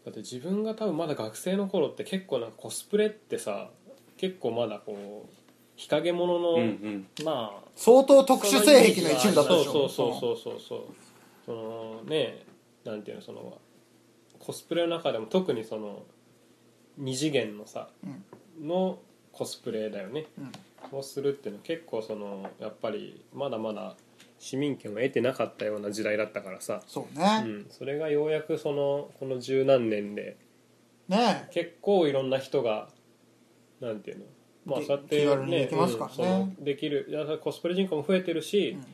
[SPEAKER 3] だって自分が多分まだ学生の頃って結構なんかコスプレってさ結構まだこう日陰者の、
[SPEAKER 5] うんうん
[SPEAKER 2] まあ
[SPEAKER 1] 相当特殊性癖の一部だったでしょ
[SPEAKER 3] そうそうそうそうそうそうそのねなんていうのそのコスプレの中でも特にその二次元のさ、のコスプレだよね、をするっていうのは結構そのやっぱりまだまだ市民権を得てなかったような時代だったからさ、
[SPEAKER 1] そう
[SPEAKER 3] う
[SPEAKER 1] ね、
[SPEAKER 3] ん、それがようやくそのこの十何年で
[SPEAKER 1] ね
[SPEAKER 3] 結構いろんな人がなんていうのまあ
[SPEAKER 1] で
[SPEAKER 3] そうやって
[SPEAKER 1] 気軽にできますからね
[SPEAKER 3] うんそのできるいやコスプレ人口も増えてるし、
[SPEAKER 1] うん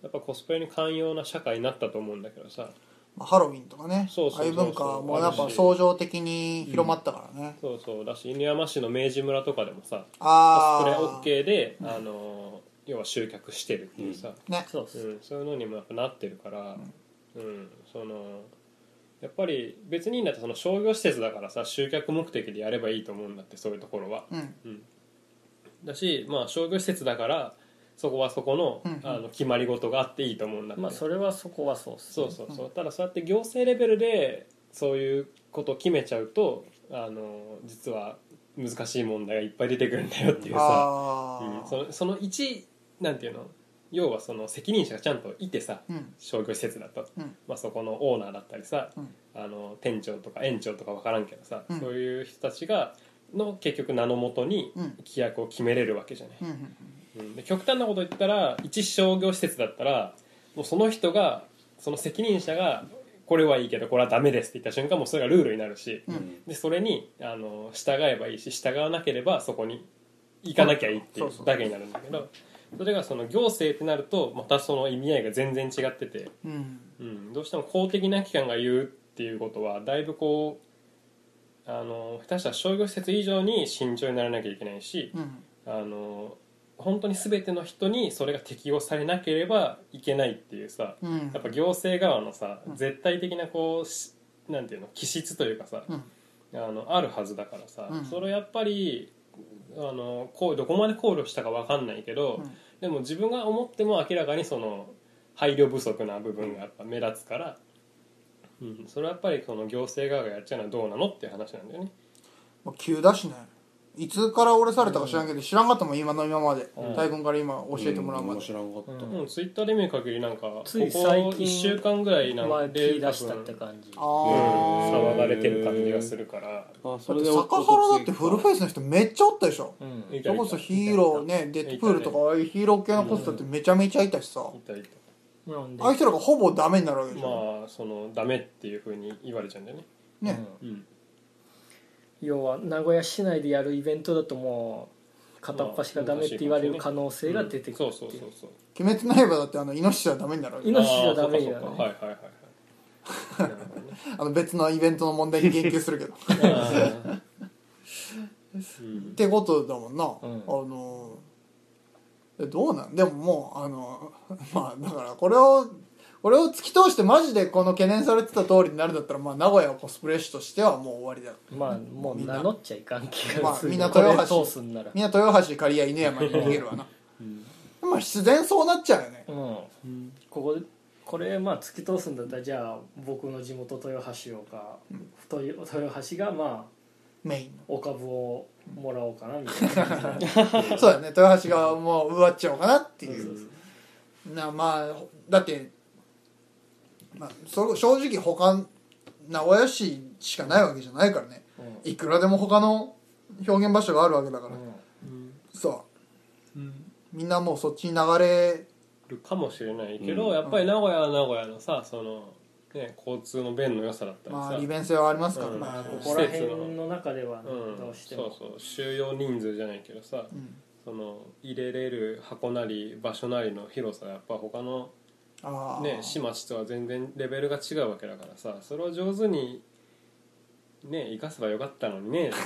[SPEAKER 3] やっぱコスプレに寛容な社会になったと思うんだけどさ
[SPEAKER 1] まあ、ハロウィンとかね
[SPEAKER 3] そうそうそうそ
[SPEAKER 1] あ
[SPEAKER 3] う
[SPEAKER 1] あいう文化もやっぱ相乗的に広まったからね、
[SPEAKER 3] そうそうだし犬山市の明治村とかでもさコ
[SPEAKER 1] あ
[SPEAKER 3] スプレ
[SPEAKER 1] あ
[SPEAKER 3] OK で、あの要は集客してるっていうさ、
[SPEAKER 1] ね
[SPEAKER 2] そうっ
[SPEAKER 3] う
[SPEAKER 2] す、
[SPEAKER 3] ん、そういうのにもやっぱなってるから、うんそのやっぱり別にいいんだってその商業施設だからさ集客目的でやればいいと思うんだってそういうところは。
[SPEAKER 1] うん
[SPEAKER 3] だし、まあ、商業施設だからそこはそこの,、
[SPEAKER 1] うんうん
[SPEAKER 3] あの決まり事があっていいと思うんだって、
[SPEAKER 2] まあそれはそこはそうっす
[SPEAKER 3] そうそうそうただそうやって行政レベルでそういうことを決めちゃうとあの実は難しい問題がいっぱい出てくるんだよっていうさ、
[SPEAKER 1] あ
[SPEAKER 3] うん
[SPEAKER 1] あ
[SPEAKER 3] そのその一なんていうの要はその責任者がちゃんといてさ
[SPEAKER 1] うん
[SPEAKER 3] 商業施設だと、
[SPEAKER 1] うん
[SPEAKER 3] まあ、そこのオーナーだったりさ、
[SPEAKER 1] うん
[SPEAKER 3] あの店長とか園長とか分からんけどさ、
[SPEAKER 1] うん
[SPEAKER 3] そういう人たちがの結局名のもとに
[SPEAKER 1] うん
[SPEAKER 3] 規約を決めれるわけじゃない。
[SPEAKER 1] うんうん
[SPEAKER 3] うんで極端なこと言ったら一商業施設だったらもうその人がその責任者がこれはいいけどこれはダメですって言った瞬間もうそれがルールになるし、
[SPEAKER 1] うん
[SPEAKER 3] でそれにあの従えばいいし従わなければそこに行かなきゃいいってい
[SPEAKER 1] そううそう
[SPEAKER 3] だけになるんだけどそれがその行政ってなるとまたその意味合いが全然違ってて、
[SPEAKER 1] うん
[SPEAKER 3] うん、どうしても公的な機関が言うっていうことはだいぶこうあの下手したら商業施設以上に慎重にならなきゃいけないし。
[SPEAKER 1] うん
[SPEAKER 3] あの本当に全ての人にそれが適用されなければいけないっていうさ
[SPEAKER 1] うん
[SPEAKER 3] やっぱ行政側のさ
[SPEAKER 1] うん
[SPEAKER 3] 絶対的なこうしなんていうの気質というかさ
[SPEAKER 1] うん
[SPEAKER 3] あのあるはずだからさ、
[SPEAKER 1] うん
[SPEAKER 3] それをやっぱりあのこうどこまで考慮したかわかんないけど、
[SPEAKER 1] うん
[SPEAKER 3] でも自分が思っても明らかにその配慮不足な部分がやっぱ目立つから、うん、それはやっぱりその行政側がやっちゃうのはどうなのっていう話なんだよね。
[SPEAKER 1] まあ急だしねいつから折れされたか知らんけど知らんかったもん今の今まで
[SPEAKER 3] うん
[SPEAKER 1] 大君から今教えてもらうま
[SPEAKER 5] ん
[SPEAKER 1] で
[SPEAKER 5] 知らんかった、
[SPEAKER 2] うん
[SPEAKER 3] もうツイッターで見る限りなんかここ
[SPEAKER 2] つい最近
[SPEAKER 3] 1週間ぐらいなん
[SPEAKER 2] まあ
[SPEAKER 3] で
[SPEAKER 2] 切り出したって感じ
[SPEAKER 1] ああ
[SPEAKER 5] へー
[SPEAKER 3] 騒がれてる感じがするから
[SPEAKER 5] あ
[SPEAKER 1] だ
[SPEAKER 5] そ
[SPEAKER 1] って
[SPEAKER 5] れで
[SPEAKER 1] 坂原だってフルフェイスの人めっちゃおったでしょ
[SPEAKER 2] うん
[SPEAKER 3] い
[SPEAKER 1] そ
[SPEAKER 3] たい
[SPEAKER 1] れ
[SPEAKER 3] た
[SPEAKER 1] こそヒーローねデッドプールとかああいうヒーロー系のコストってめちゃめちゃいたしさ
[SPEAKER 3] いたいた
[SPEAKER 2] なんで
[SPEAKER 1] ああいう人らがほぼダメになるわけでしょ
[SPEAKER 3] まあそのダメっていうふうに言われちゃうんだよね
[SPEAKER 2] う
[SPEAKER 1] ね
[SPEAKER 2] ん要は名古屋市内でやるイベントだともう片っ端がダメって言われる可能性が出てくる
[SPEAKER 3] うん
[SPEAKER 2] って
[SPEAKER 3] そうそう
[SPEAKER 2] い
[SPEAKER 3] そううそう
[SPEAKER 1] 鬼滅の刃だってあのイノシシはダメになるわけ
[SPEAKER 2] イ
[SPEAKER 1] でし
[SPEAKER 2] ノシシはダメ
[SPEAKER 3] あー
[SPEAKER 2] に
[SPEAKER 3] そう
[SPEAKER 2] な
[SPEAKER 3] か
[SPEAKER 2] る
[SPEAKER 3] そ
[SPEAKER 2] ね
[SPEAKER 3] うかはいはいはいはいなるほどね
[SPEAKER 1] ょあの別のイベントの問題に言及するけどっ
[SPEAKER 3] あーうん
[SPEAKER 1] てことだもんな、
[SPEAKER 2] ん
[SPEAKER 1] あのえどうなんでももうあの まあだからこれをこれを突き通してマジでこの懸念されてた通りになるんだったらまあ名古屋はコスプレ誌としてはもう終わりだ
[SPEAKER 2] まあもう
[SPEAKER 1] みんな
[SPEAKER 2] 名乗っちゃいかん気がする、
[SPEAKER 1] まあみんな
[SPEAKER 2] これ
[SPEAKER 1] 豊橋
[SPEAKER 2] 通すんなら
[SPEAKER 1] みんな豊橋刈谷犬山に逃げるわな、まあ自然そうなっちゃうよね
[SPEAKER 2] うん、ここでこれまあ突き通すんだったらじゃあ僕の地元豊橋をか、と豊橋がまあ
[SPEAKER 1] メイン
[SPEAKER 2] お株をもらおうかなみたいな感じで
[SPEAKER 1] のそうだね豊橋がもう奪っちゃおうかなっていう
[SPEAKER 2] そうそうそう
[SPEAKER 1] なまあだって、まあ、そ正直他名古屋市しかないわけじゃないからねいくらでも他の表現場所があるわけだか
[SPEAKER 2] う
[SPEAKER 1] ら、
[SPEAKER 2] んうん
[SPEAKER 1] そうみんなもうそっちに流れ
[SPEAKER 3] るかもしれないけど、
[SPEAKER 5] うん
[SPEAKER 3] やっぱり名古屋は名古屋のさその、ね、交通の便の良さだったりさ、
[SPEAKER 1] まあ利便性はありますからね、
[SPEAKER 3] うん
[SPEAKER 2] まあこ
[SPEAKER 3] う
[SPEAKER 2] こら辺の中では
[SPEAKER 3] うん、
[SPEAKER 2] どうして
[SPEAKER 3] そ
[SPEAKER 2] も
[SPEAKER 3] うそう収容人数じゃないけどさ、
[SPEAKER 1] うん
[SPEAKER 3] その入れれる箱なり場所なりの広さやっぱ他の
[SPEAKER 1] ああ
[SPEAKER 3] ね市町とは全然レベルが違うわけだからさそれを上手にね生かせばよかったの にね
[SPEAKER 2] ま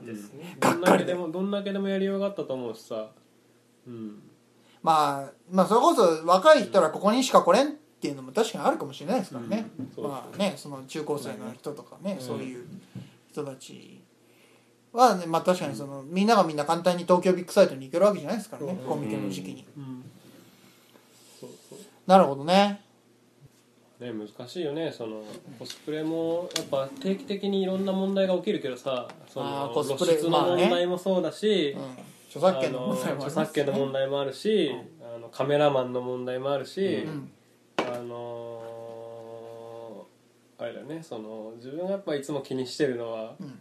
[SPEAKER 2] あですね、
[SPEAKER 3] どんだけでもどんだけでもやりようがあったと思うしさうん
[SPEAKER 1] まあ、まあそれこそ若い人らここにしか来れんっていうのも確かにあるかもしれないですからね、
[SPEAKER 3] うんそうそう
[SPEAKER 1] まあねその中高生の人とかね、
[SPEAKER 3] ん
[SPEAKER 1] そういう人たちはねまあ確かにその、みんながみんな簡単に東京ビッグサイトに行けるわけじゃないですからね、コミケの時期に、
[SPEAKER 3] うんそうそう
[SPEAKER 1] なるほどね
[SPEAKER 3] ね難しいよねそのコスプレもやっぱ定期的にいろんな問題が起きるけどさそ
[SPEAKER 1] あ
[SPEAKER 3] の
[SPEAKER 1] ーコスプ
[SPEAKER 3] 露
[SPEAKER 1] レ
[SPEAKER 3] 出の
[SPEAKER 1] まあね
[SPEAKER 3] 問題もそうだし、
[SPEAKER 1] うん著作権の問題もあ
[SPEAKER 3] あの
[SPEAKER 1] りま
[SPEAKER 3] 著
[SPEAKER 1] す
[SPEAKER 3] 作権の問題もあるし、あのカメラマンの問題もあるし、
[SPEAKER 1] うん
[SPEAKER 3] あのーあれだねその自分がやっぱいつも気にしてるのは、
[SPEAKER 1] うん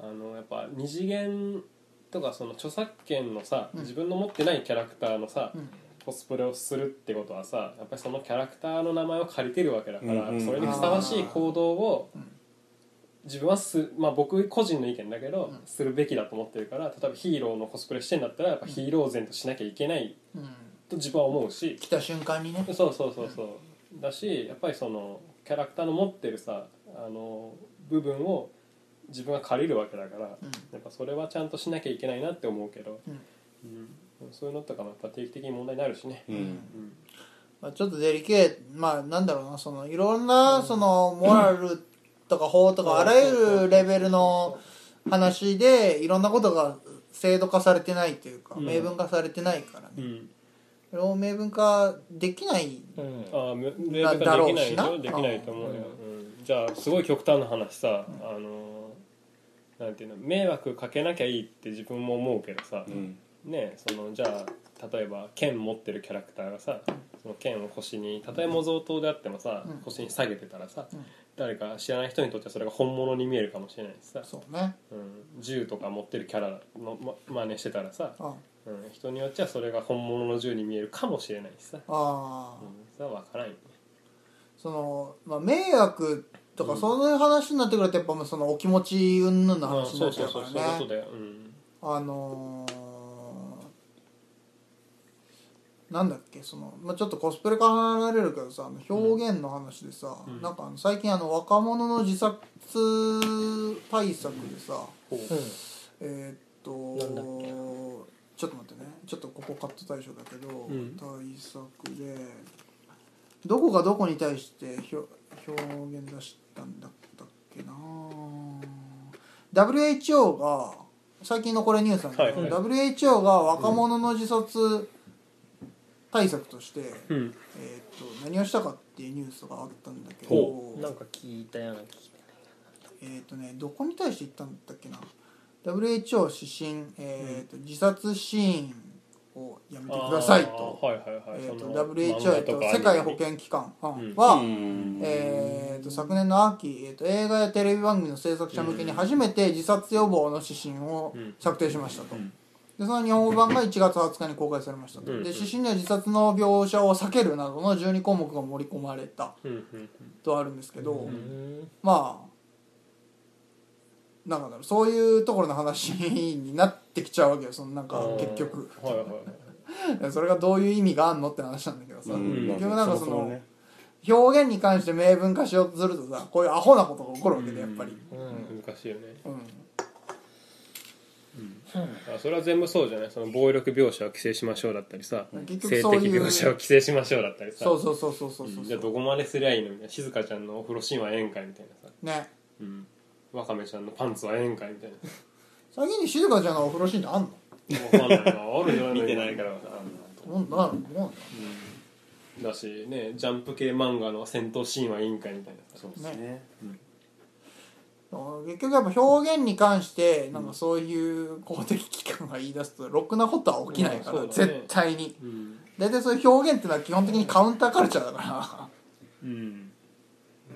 [SPEAKER 3] あのやっぱ二次元とかその著作権のさ、
[SPEAKER 1] うん
[SPEAKER 3] 自分の持ってないキャラクターのさ、
[SPEAKER 1] うん
[SPEAKER 3] コスプレをするってことはさやっぱりそのキャラクターの名前を借りてるわけだから、
[SPEAKER 5] うんうん
[SPEAKER 3] それにふさわしい行動を
[SPEAKER 1] ん
[SPEAKER 3] 自分はす、まあ、僕個人の意見だけど、
[SPEAKER 1] うん
[SPEAKER 3] するべきだと思ってるから例えばヒーローのコスプレしてんだったらやっぱヒーロー前としなきゃいけない
[SPEAKER 1] うん
[SPEAKER 3] と自分は思うし、
[SPEAKER 1] 来た瞬間にね
[SPEAKER 3] そうそうそうそうだしやっぱりそのキャラクターの持ってるさあの部分を自分が借りるわけだから、
[SPEAKER 1] うん
[SPEAKER 3] やっぱそれはちゃんとしなきゃいけないなって思うけど、
[SPEAKER 1] うん
[SPEAKER 3] うんそういうのとかもやっぱ定期的に問題になるしね、
[SPEAKER 5] うん
[SPEAKER 3] うん
[SPEAKER 1] まあ、ちょっとデリケートまあなんだろうなそのいろんなそのモラルとか法とかあらゆるレベルの話でいろんなことが制度化されてないというか
[SPEAKER 3] うん
[SPEAKER 1] 明文化されてないから
[SPEAKER 3] う
[SPEAKER 1] ね
[SPEAKER 3] ん、
[SPEAKER 1] それを明文化できない
[SPEAKER 2] うん、
[SPEAKER 3] ああめ明
[SPEAKER 1] な
[SPEAKER 3] 確
[SPEAKER 1] だ
[SPEAKER 3] 化で
[SPEAKER 1] ろ
[SPEAKER 3] き
[SPEAKER 1] う
[SPEAKER 3] ない
[SPEAKER 1] し
[SPEAKER 3] でし
[SPEAKER 1] な
[SPEAKER 3] ょできないと思うよ、うんじゃあすごい極端な話さ、あのなんていうの迷惑かけなきゃいいって自分も思うけどさ、
[SPEAKER 5] うん
[SPEAKER 3] ねそのじゃあ例えば剣持ってるキャラクターがさその剣を腰にたとえ模造刀であってもさ、
[SPEAKER 1] うん
[SPEAKER 3] 腰に下げてたらさ、
[SPEAKER 1] うん
[SPEAKER 3] 誰か知らない人にとってはそれが本物に見えるかもしれないしさ、
[SPEAKER 1] そうね
[SPEAKER 3] うん、銃とか持ってるキャラのま真似してたらさ、
[SPEAKER 1] あ
[SPEAKER 3] うん、人によっちゃそれが本物の銃に見えるかもしれないしさ、
[SPEAKER 1] あ
[SPEAKER 3] うん、それは分からんよね
[SPEAKER 1] その、まあ、迷惑とかそういう話になってくるとやっぱもうそのお気持ち云々の
[SPEAKER 3] まあ
[SPEAKER 1] 話に
[SPEAKER 3] そ
[SPEAKER 1] な
[SPEAKER 3] う
[SPEAKER 1] っち
[SPEAKER 3] そ
[SPEAKER 1] ゃ
[SPEAKER 3] う
[SPEAKER 1] うか
[SPEAKER 3] そう
[SPEAKER 1] ら
[SPEAKER 3] そうい
[SPEAKER 1] ね
[SPEAKER 3] うことだよ、うん
[SPEAKER 1] あのーなんだっけその、まあ、ちょっとコスプレから離れるけどさあの表現の話でさ、
[SPEAKER 3] うん
[SPEAKER 1] なんかあの最近あの若者の自殺対策でさ、えーっ
[SPEAKER 2] なんだっ
[SPEAKER 1] とちょっと待ってねちょっとここカット対象だけど、
[SPEAKER 3] ん
[SPEAKER 1] 対策でどこがどこに対してひょ表現出したんだったっけな WHO が最近のこれニュースなんだけど、
[SPEAKER 3] はい
[SPEAKER 1] WHO が若者の自殺対策として、
[SPEAKER 3] う
[SPEAKER 1] え
[SPEAKER 3] ん
[SPEAKER 1] ーっと何をしたかっていうニュースがあったんだけ
[SPEAKER 3] ほ
[SPEAKER 1] ど
[SPEAKER 2] なんか聞いたような聞い
[SPEAKER 1] えっ、とねどこに対して言ったんだっけな WHO 指針、えーと自殺シーンをやめてくださいと,、
[SPEAKER 3] あーはいはいはい
[SPEAKER 1] えー、と
[SPEAKER 3] その
[SPEAKER 1] WHO と
[SPEAKER 3] 漫画か
[SPEAKER 1] 世界保健機関は、
[SPEAKER 3] ん
[SPEAKER 1] えー、と昨年の秋、えー、と映画やテレビ番組の制作者向けに初めて自殺予防の指針を
[SPEAKER 3] うん
[SPEAKER 1] 策定しましたと。でその日本語版が1月20日に公開されましたと、
[SPEAKER 3] うん
[SPEAKER 1] で指針には自殺の描写を避けるなどの12項目が盛り込まれた
[SPEAKER 3] うんうん
[SPEAKER 1] とあるんですけど、
[SPEAKER 2] たうん
[SPEAKER 1] まあなんかだろうそういうところの話になってきちゃうわけよそのなんか
[SPEAKER 3] うん
[SPEAKER 1] 結局
[SPEAKER 3] はいはいはい
[SPEAKER 1] それがどういう意味があんのって話なんだけどさ、
[SPEAKER 5] うん
[SPEAKER 1] 結局なんかそ
[SPEAKER 5] もも
[SPEAKER 1] の
[SPEAKER 5] ね
[SPEAKER 1] 表現に関して明文化しようとするとさこういうアホなことが起こるわけでやっぱり、
[SPEAKER 3] うん難しいよね
[SPEAKER 1] うん
[SPEAKER 3] あそれは全部そうじゃないその暴力描写を規制しましょうだったりさ
[SPEAKER 1] 結局
[SPEAKER 3] 性的
[SPEAKER 1] そういう
[SPEAKER 3] 描写を規制しましょうだったりさ
[SPEAKER 1] そうそうそうそうそうそう
[SPEAKER 3] じゃあどこまですりゃいいのみたいな静香ちゃんのお風呂シーンは宴会みたいなさ、
[SPEAKER 1] ね
[SPEAKER 3] うん、わかめちゃんのパンツは宴会みたいな
[SPEAKER 1] 最近に静香ちゃんのお風呂シーンってあんの
[SPEAKER 3] わかんないなあるじゃない
[SPEAKER 5] 見てないから
[SPEAKER 1] どうなんだろうどうなんだろ
[SPEAKER 3] だしねジャンプ系漫画の戦闘シーンは委員会みたいなさ
[SPEAKER 5] そうですね
[SPEAKER 1] う結局やっぱ表現に関してなんかそういう公的機関が言い出すとろくなことは起きないから、
[SPEAKER 3] うんそうだね
[SPEAKER 1] 絶対に
[SPEAKER 3] うん、
[SPEAKER 1] 大体そういう表現ってのは基本的にカウンターカルチャーだか
[SPEAKER 3] うん、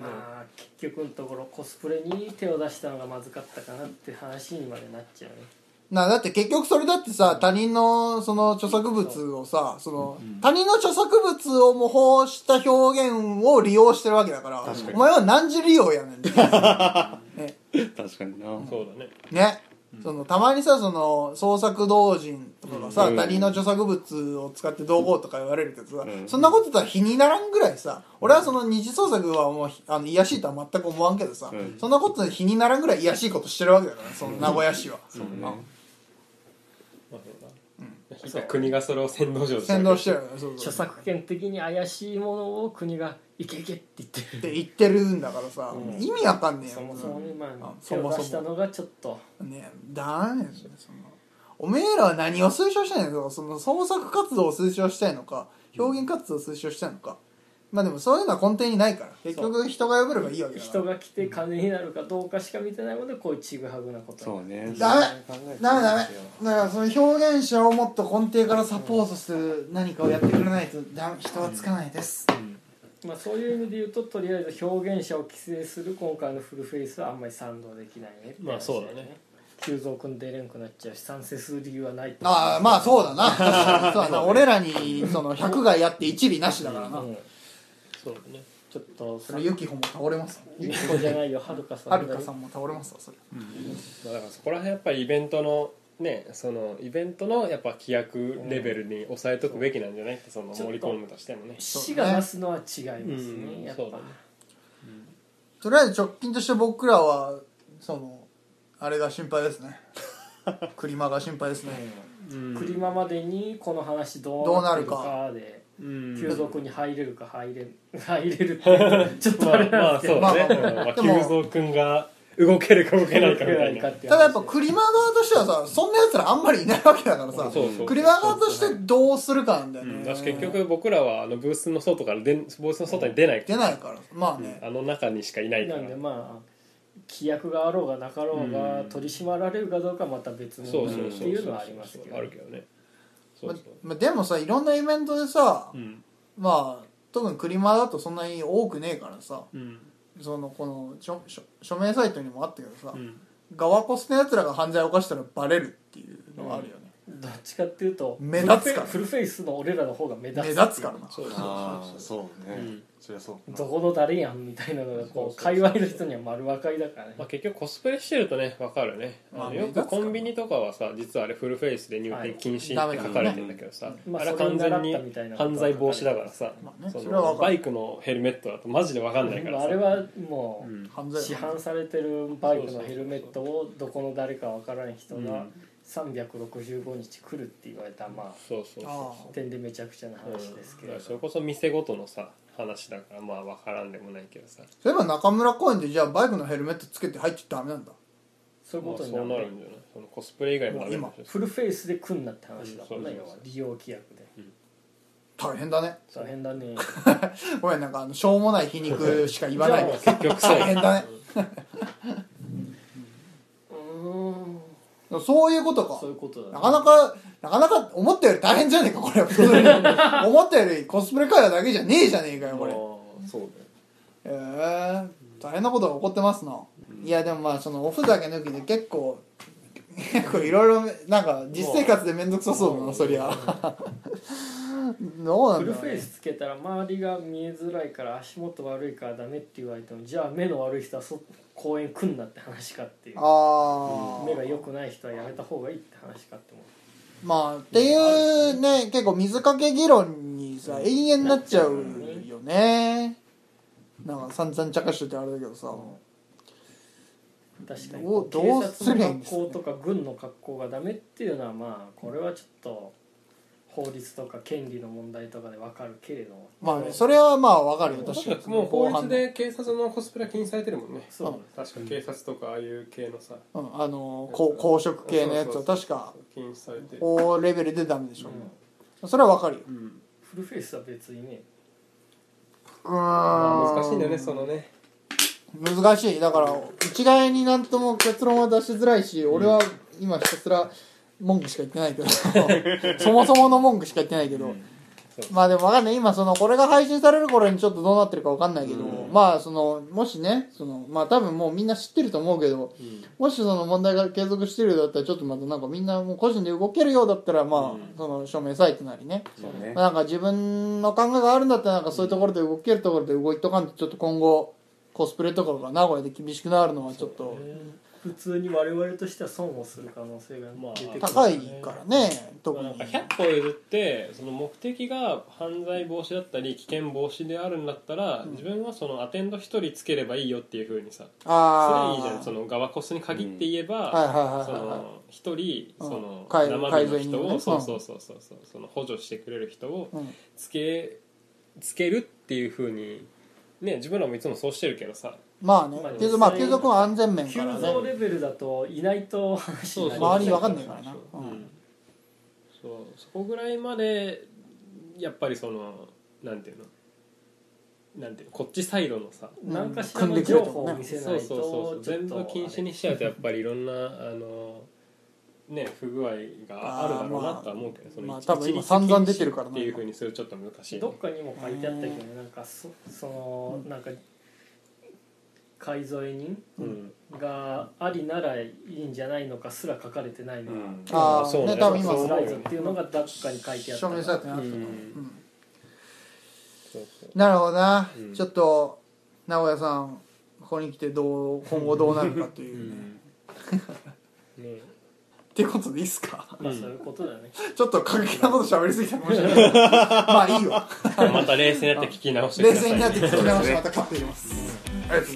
[SPEAKER 2] まあ結局のところコスプレに手を出したのがまずかったかなって話にまでなっちゃうね
[SPEAKER 1] ら なだって結局それだってさ他人のその著作物をさその他人の著作物を模倣した表現を利用してるわけだから
[SPEAKER 5] 確かに
[SPEAKER 1] お前は何時利用やねんって ね
[SPEAKER 5] 確かにな、
[SPEAKER 3] そうだね
[SPEAKER 1] ね、そのたまにさその創作同人とかがさ、
[SPEAKER 5] うん
[SPEAKER 1] 他人の著作物を使ってどうこうとか言われるけどさ、
[SPEAKER 5] うん
[SPEAKER 1] そんなこととは比にならんぐらいさ俺はその二次創作はもうあの癒やしいとは全く思わんけどさ、
[SPEAKER 5] うん
[SPEAKER 1] そんなことで比にならんぐらい癒やしいことしてるわけだからねその名古屋市は、
[SPEAKER 3] まあそうだ国がそれを先導しようと
[SPEAKER 1] 先導してるよねそうそう
[SPEAKER 2] 著作権的に怪しいものを国が「いけいけ」って言って
[SPEAKER 1] っ
[SPEAKER 2] る
[SPEAKER 1] て言ってるんだからさ、意味わかんねえよ
[SPEAKER 2] そもそもねまあ
[SPEAKER 1] あそ
[SPEAKER 2] 手
[SPEAKER 1] も
[SPEAKER 2] を
[SPEAKER 1] そも
[SPEAKER 2] 出したのがちょっと
[SPEAKER 1] ねだねそのおめえらは何を推奨したいのかその創作活動を推奨したいのか表現活動を推奨したいのかまあでもそういうのは根底にないから結局人が破ればいいわけだか
[SPEAKER 2] 人
[SPEAKER 1] ら
[SPEAKER 2] が来て金になるかどうかしか見てないのでこういうちぐはぐなこと
[SPEAKER 5] そうね
[SPEAKER 1] ダメ
[SPEAKER 5] 考えて
[SPEAKER 1] ダメダメだからその表現者をもっと根底からサポートする何かをやってくれないとダメ人はつかないです、
[SPEAKER 2] まあ、そういう意味で言うととりあえず表現者を規制する今回のフルフェイスはあんまり賛同できないねって話
[SPEAKER 3] まあそうだね
[SPEAKER 2] 急増くん出れんくなっちゃうし賛成する理由はない
[SPEAKER 1] ああまあそうだな そうだな俺らにその100害やって一理なしだからな、
[SPEAKER 2] うん
[SPEAKER 3] そうだね
[SPEAKER 2] ちょっと
[SPEAKER 1] それユキホも倒れます
[SPEAKER 2] ゆきこじゃないよはるかさん
[SPEAKER 1] はるか
[SPEAKER 2] だ
[SPEAKER 1] さ
[SPEAKER 2] よ
[SPEAKER 1] んも倒れますわそれ
[SPEAKER 3] まあだからそこら辺やっぱりイベントのねそのイベントのやっぱ規約レベルに抑えとくべきなんじゃないってその盛り込むとしてもね
[SPEAKER 2] 死が出すのは違いますね、
[SPEAKER 3] うん
[SPEAKER 2] やっ
[SPEAKER 3] そう
[SPEAKER 2] ぱ
[SPEAKER 3] だね
[SPEAKER 1] とりあえず直近として僕らはそのあれが心配です ね車が心配ですね、
[SPEAKER 3] うん
[SPEAKER 2] クリマまでにこの話ど
[SPEAKER 1] どう
[SPEAKER 2] う
[SPEAKER 1] な
[SPEAKER 2] な
[SPEAKER 1] る
[SPEAKER 2] る
[SPEAKER 1] か
[SPEAKER 2] かで
[SPEAKER 3] うん
[SPEAKER 2] 急増くんに入れるか入れ 入れるってちょっと
[SPEAKER 3] ま
[SPEAKER 2] あ
[SPEAKER 3] あ
[SPEAKER 2] れ
[SPEAKER 3] ま
[SPEAKER 2] なん
[SPEAKER 3] あ
[SPEAKER 2] ですけ
[SPEAKER 3] そ
[SPEAKER 2] ど
[SPEAKER 1] まあまあ
[SPEAKER 3] うだねまあ
[SPEAKER 1] でも
[SPEAKER 3] 急増くんが動けるか動けないかみたいな
[SPEAKER 1] ただやっぱクリマ側としてはさそんなやつらあんまりいないわけだからさ
[SPEAKER 3] そうそう
[SPEAKER 1] クリマ側としてどうするかなんだよね、
[SPEAKER 3] だし結局僕らはあのブースの外からでんブースの外に出ない
[SPEAKER 1] 出ないからまあね、
[SPEAKER 3] あの中にしかいないか
[SPEAKER 2] なん
[SPEAKER 3] ら
[SPEAKER 2] でまあ規約があろうがなかろうが、
[SPEAKER 3] うん
[SPEAKER 2] 取り締まられるかどうかはまた別の
[SPEAKER 3] そう
[SPEAKER 2] 問
[SPEAKER 3] そう
[SPEAKER 2] 題
[SPEAKER 3] そう
[SPEAKER 2] っ
[SPEAKER 3] そ
[SPEAKER 2] て
[SPEAKER 3] う
[SPEAKER 2] いうのはありますけど
[SPEAKER 3] あるけどねそうそう
[SPEAKER 1] ままでもさいろんなイベントでさ、
[SPEAKER 3] うん
[SPEAKER 1] まあ特にクリマだとそんなに多くねえからさ
[SPEAKER 3] うん
[SPEAKER 1] そのこの署署署名サイトにもあったけどさ、
[SPEAKER 3] うん
[SPEAKER 1] ガワコスのやつらが犯罪を犯したらバレるっていうのがあるよね、
[SPEAKER 2] どっちかっていうと
[SPEAKER 1] 目立つから
[SPEAKER 2] フルフェイスの俺らの方が目立つ
[SPEAKER 1] 目立つからな
[SPEAKER 3] そうそう
[SPEAKER 5] ああそうね、
[SPEAKER 3] うん
[SPEAKER 5] そりゃそう
[SPEAKER 2] どこの誰やんみたいなのがこう
[SPEAKER 3] そうそうそう
[SPEAKER 2] 界隈の人には丸分かりだからね
[SPEAKER 3] まあ、結局コスプレしてるとねわかるねあ
[SPEAKER 1] まあ
[SPEAKER 3] のよくコンビニとかはさ実はあれフルフェイスで入店禁止って書かれてんだけどさ、
[SPEAKER 2] まあ
[SPEAKER 3] あれは
[SPEAKER 2] それ
[SPEAKER 3] 完
[SPEAKER 2] を習
[SPEAKER 3] 全
[SPEAKER 2] った
[SPEAKER 3] に
[SPEAKER 2] みたいなことは
[SPEAKER 3] 犯罪防止だからさ、
[SPEAKER 1] まあね
[SPEAKER 3] そ
[SPEAKER 1] それはわか
[SPEAKER 3] の
[SPEAKER 1] る
[SPEAKER 3] バイクのヘルメットだとマジでわかんないからさ
[SPEAKER 2] あれはも
[SPEAKER 3] うん
[SPEAKER 1] 犯
[SPEAKER 2] う
[SPEAKER 1] 罪
[SPEAKER 2] 市販されてるバイクのヘルメットをどこの誰か分からん人が365日来るって言われたまあ
[SPEAKER 3] そうそう
[SPEAKER 1] あ
[SPEAKER 3] そ
[SPEAKER 2] 点でめちゃくちゃな
[SPEAKER 3] う、うん、
[SPEAKER 2] 話ですけれ
[SPEAKER 3] だからそ
[SPEAKER 2] ど
[SPEAKER 3] れこそ店ごとのさ話だからまあわからんでもないけどさ
[SPEAKER 1] そういえば中村公園でじゃあバイクのヘルメットつけて入っちゃダメなんだ
[SPEAKER 2] そういう
[SPEAKER 3] ま
[SPEAKER 2] こ
[SPEAKER 3] あ
[SPEAKER 2] とに
[SPEAKER 3] そうな
[SPEAKER 2] な
[SPEAKER 3] る
[SPEAKER 2] る
[SPEAKER 3] んじゃないそのコスプレ以外もダメ
[SPEAKER 1] もう
[SPEAKER 2] フルフェイスで来んなって話だもんね
[SPEAKER 3] うん
[SPEAKER 2] 要
[SPEAKER 3] そうそうそう
[SPEAKER 2] は利用規約で
[SPEAKER 1] 大変だね
[SPEAKER 2] 大変だね
[SPEAKER 1] ごめんなんかあのしょうもない皮肉しか言わ ない
[SPEAKER 2] じゃ
[SPEAKER 3] 結局そう
[SPEAKER 1] 大変だね
[SPEAKER 2] うーん
[SPEAKER 1] そういうことか
[SPEAKER 2] そういうことだね
[SPEAKER 1] なかなかなかなか思ったより大変じゃねえか これは普通に思ったよりコスプレ会話だけじゃねえじゃねえかよこれ
[SPEAKER 5] そうだよ
[SPEAKER 1] ええ大変なことが起こってますな、いやでもまあそのおふざけ抜きで結構結構いろいろなんか実生活で面倒くさそうだなそりゃ どうな
[SPEAKER 2] フ
[SPEAKER 1] んだ
[SPEAKER 2] ル
[SPEAKER 1] ろう
[SPEAKER 2] フェイ
[SPEAKER 1] ね
[SPEAKER 2] スつけたら周りが見えづらいから足元悪いからダメって言われてもじゃあ目の悪い人はそ公園来んなって話かっていう
[SPEAKER 1] ああ
[SPEAKER 2] 目が良くない人はやめた方がいいって話かって思う
[SPEAKER 1] まあっていうね結構水かけ議論にさ永遠になっちゃうよねなんか散々茶化しててあれだけどさ、
[SPEAKER 2] 確かに
[SPEAKER 1] どう
[SPEAKER 2] 警
[SPEAKER 1] どうす
[SPEAKER 2] 察
[SPEAKER 1] りゃいい
[SPEAKER 2] の
[SPEAKER 1] んです
[SPEAKER 2] 格
[SPEAKER 1] かね
[SPEAKER 2] 好とか軍の格好がダメっていうのはまあこれはちょっと法律とか権利の問題とかでわかるけれども
[SPEAKER 1] まあねそれはまあわかるよ確か
[SPEAKER 3] 確
[SPEAKER 1] に
[SPEAKER 3] かもう法律
[SPEAKER 1] で、
[SPEAKER 3] で警察のコスプレは禁止されてるもんね
[SPEAKER 2] そう
[SPEAKER 3] 確か警察とかああいう系のさ
[SPEAKER 1] うん、あのこう公職系のやつは確か
[SPEAKER 3] 禁止されてる
[SPEAKER 1] 法レベルでダメでしょ、それはわかるよ
[SPEAKER 3] うん
[SPEAKER 2] フルフェイスは別にね
[SPEAKER 3] ま
[SPEAKER 1] 難
[SPEAKER 3] あ難しいんだよねそのね
[SPEAKER 1] 難しいだから一概になんとも結論は出しづらいし俺は 今ひたすら文句しか言ってないけどそもそもの文句しか言ってないけど、まあでもわかんない今そのこれが配信される頃にちょっとどうなってるかわかんないけど、まあそのもしねそのまあ多分もうみんな知ってると思うけど、もしその問題が継続してるようだったらちょっとまたなんかみんなもう個人で動けるようだったらまあ、その署名サイトなりね、
[SPEAKER 5] そうね
[SPEAKER 1] まあなんか自分の考えがあるんだったらなんかそういうところで動けるところで動いとかんとちょっと今後コスプレとかが名古屋で厳しくなるのはちょっと
[SPEAKER 2] 普通に我々としては損をする可能性が出てくる
[SPEAKER 1] 高いからね特
[SPEAKER 3] なん
[SPEAKER 1] に
[SPEAKER 3] か100歩譲ってその目的が犯罪防止だったり危険防止であるんだったら、自分はそのアテンド1人つければいいよっていうふうにさそれいいじゃ
[SPEAKER 1] あ
[SPEAKER 3] ん
[SPEAKER 1] あ
[SPEAKER 3] そのガワコスに限って言えば、
[SPEAKER 1] はいはいはいはい
[SPEAKER 3] その一人
[SPEAKER 1] うん
[SPEAKER 3] その
[SPEAKER 1] 介
[SPEAKER 3] 生身の
[SPEAKER 1] 介助
[SPEAKER 3] 人
[SPEAKER 1] 員
[SPEAKER 3] を、
[SPEAKER 1] ねうん
[SPEAKER 3] そうそうそうそうそうその補助してくれる人を
[SPEAKER 1] うん
[SPEAKER 3] つけつけるっていうふうにね自分らもいつもそうしてるけどさ
[SPEAKER 1] まあね
[SPEAKER 2] まあ
[SPEAKER 1] 継続まあ継続は安全面
[SPEAKER 2] 急
[SPEAKER 1] から
[SPEAKER 2] 増
[SPEAKER 1] ね
[SPEAKER 2] レベルだといないと話にな
[SPEAKER 1] 周りわかんないからな
[SPEAKER 3] そう
[SPEAKER 1] うん
[SPEAKER 3] そうそこぐらいまでやっぱりそのなんていうのなんていうのこっちサイドのさ
[SPEAKER 2] 何かしらの情報を見せ
[SPEAKER 3] そ
[SPEAKER 2] な
[SPEAKER 3] う
[SPEAKER 2] い
[SPEAKER 3] そうそうそ
[SPEAKER 2] と
[SPEAKER 3] う全部禁止にしちゃうとやっぱりいろんなあのね不具合があるだろうなとは思うけど、その
[SPEAKER 1] まあ
[SPEAKER 3] 一
[SPEAKER 1] 多分今
[SPEAKER 3] 一律
[SPEAKER 1] 散々出てるからな
[SPEAKER 3] 禁止っていうふうにするとちょっと難しいね、
[SPEAKER 2] どっかにも書いてあったけどねなんかそそのなんか改造人
[SPEAKER 3] うん
[SPEAKER 2] がありならいいんじゃないのかすら書かれてないのが、
[SPEAKER 5] うん
[SPEAKER 1] ああ
[SPEAKER 3] そうね
[SPEAKER 1] ね多分今
[SPEAKER 3] そう
[SPEAKER 2] ス
[SPEAKER 3] 思
[SPEAKER 2] ライ
[SPEAKER 3] うよ
[SPEAKER 2] ズっていうのがどっかに書いてあった
[SPEAKER 1] 署
[SPEAKER 2] か
[SPEAKER 1] 名
[SPEAKER 2] ら
[SPEAKER 1] されてなかった
[SPEAKER 3] う
[SPEAKER 1] の
[SPEAKER 3] ん
[SPEAKER 1] うん
[SPEAKER 3] そうそう
[SPEAKER 1] なるほどな、
[SPEAKER 3] うん
[SPEAKER 1] ちょっと名古屋さんここに来てどう今後どうなるかというう、ね
[SPEAKER 3] んね
[SPEAKER 1] っていうことでいいっすか
[SPEAKER 2] まあそういうことだね、
[SPEAKER 1] ちょっと過激なこと喋りすぎたかもしれない けどまあいいわ
[SPEAKER 3] また冷静になって聞き直してく
[SPEAKER 1] 冷
[SPEAKER 3] ださい、
[SPEAKER 1] 静になって聞き直してまたカット入れます、ありがと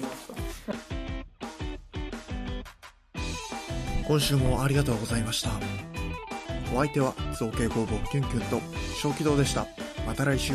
[SPEAKER 1] うございました
[SPEAKER 6] 今週もありがとうございましたお相手は造形工房キュンキュンと小気道でしたまた来週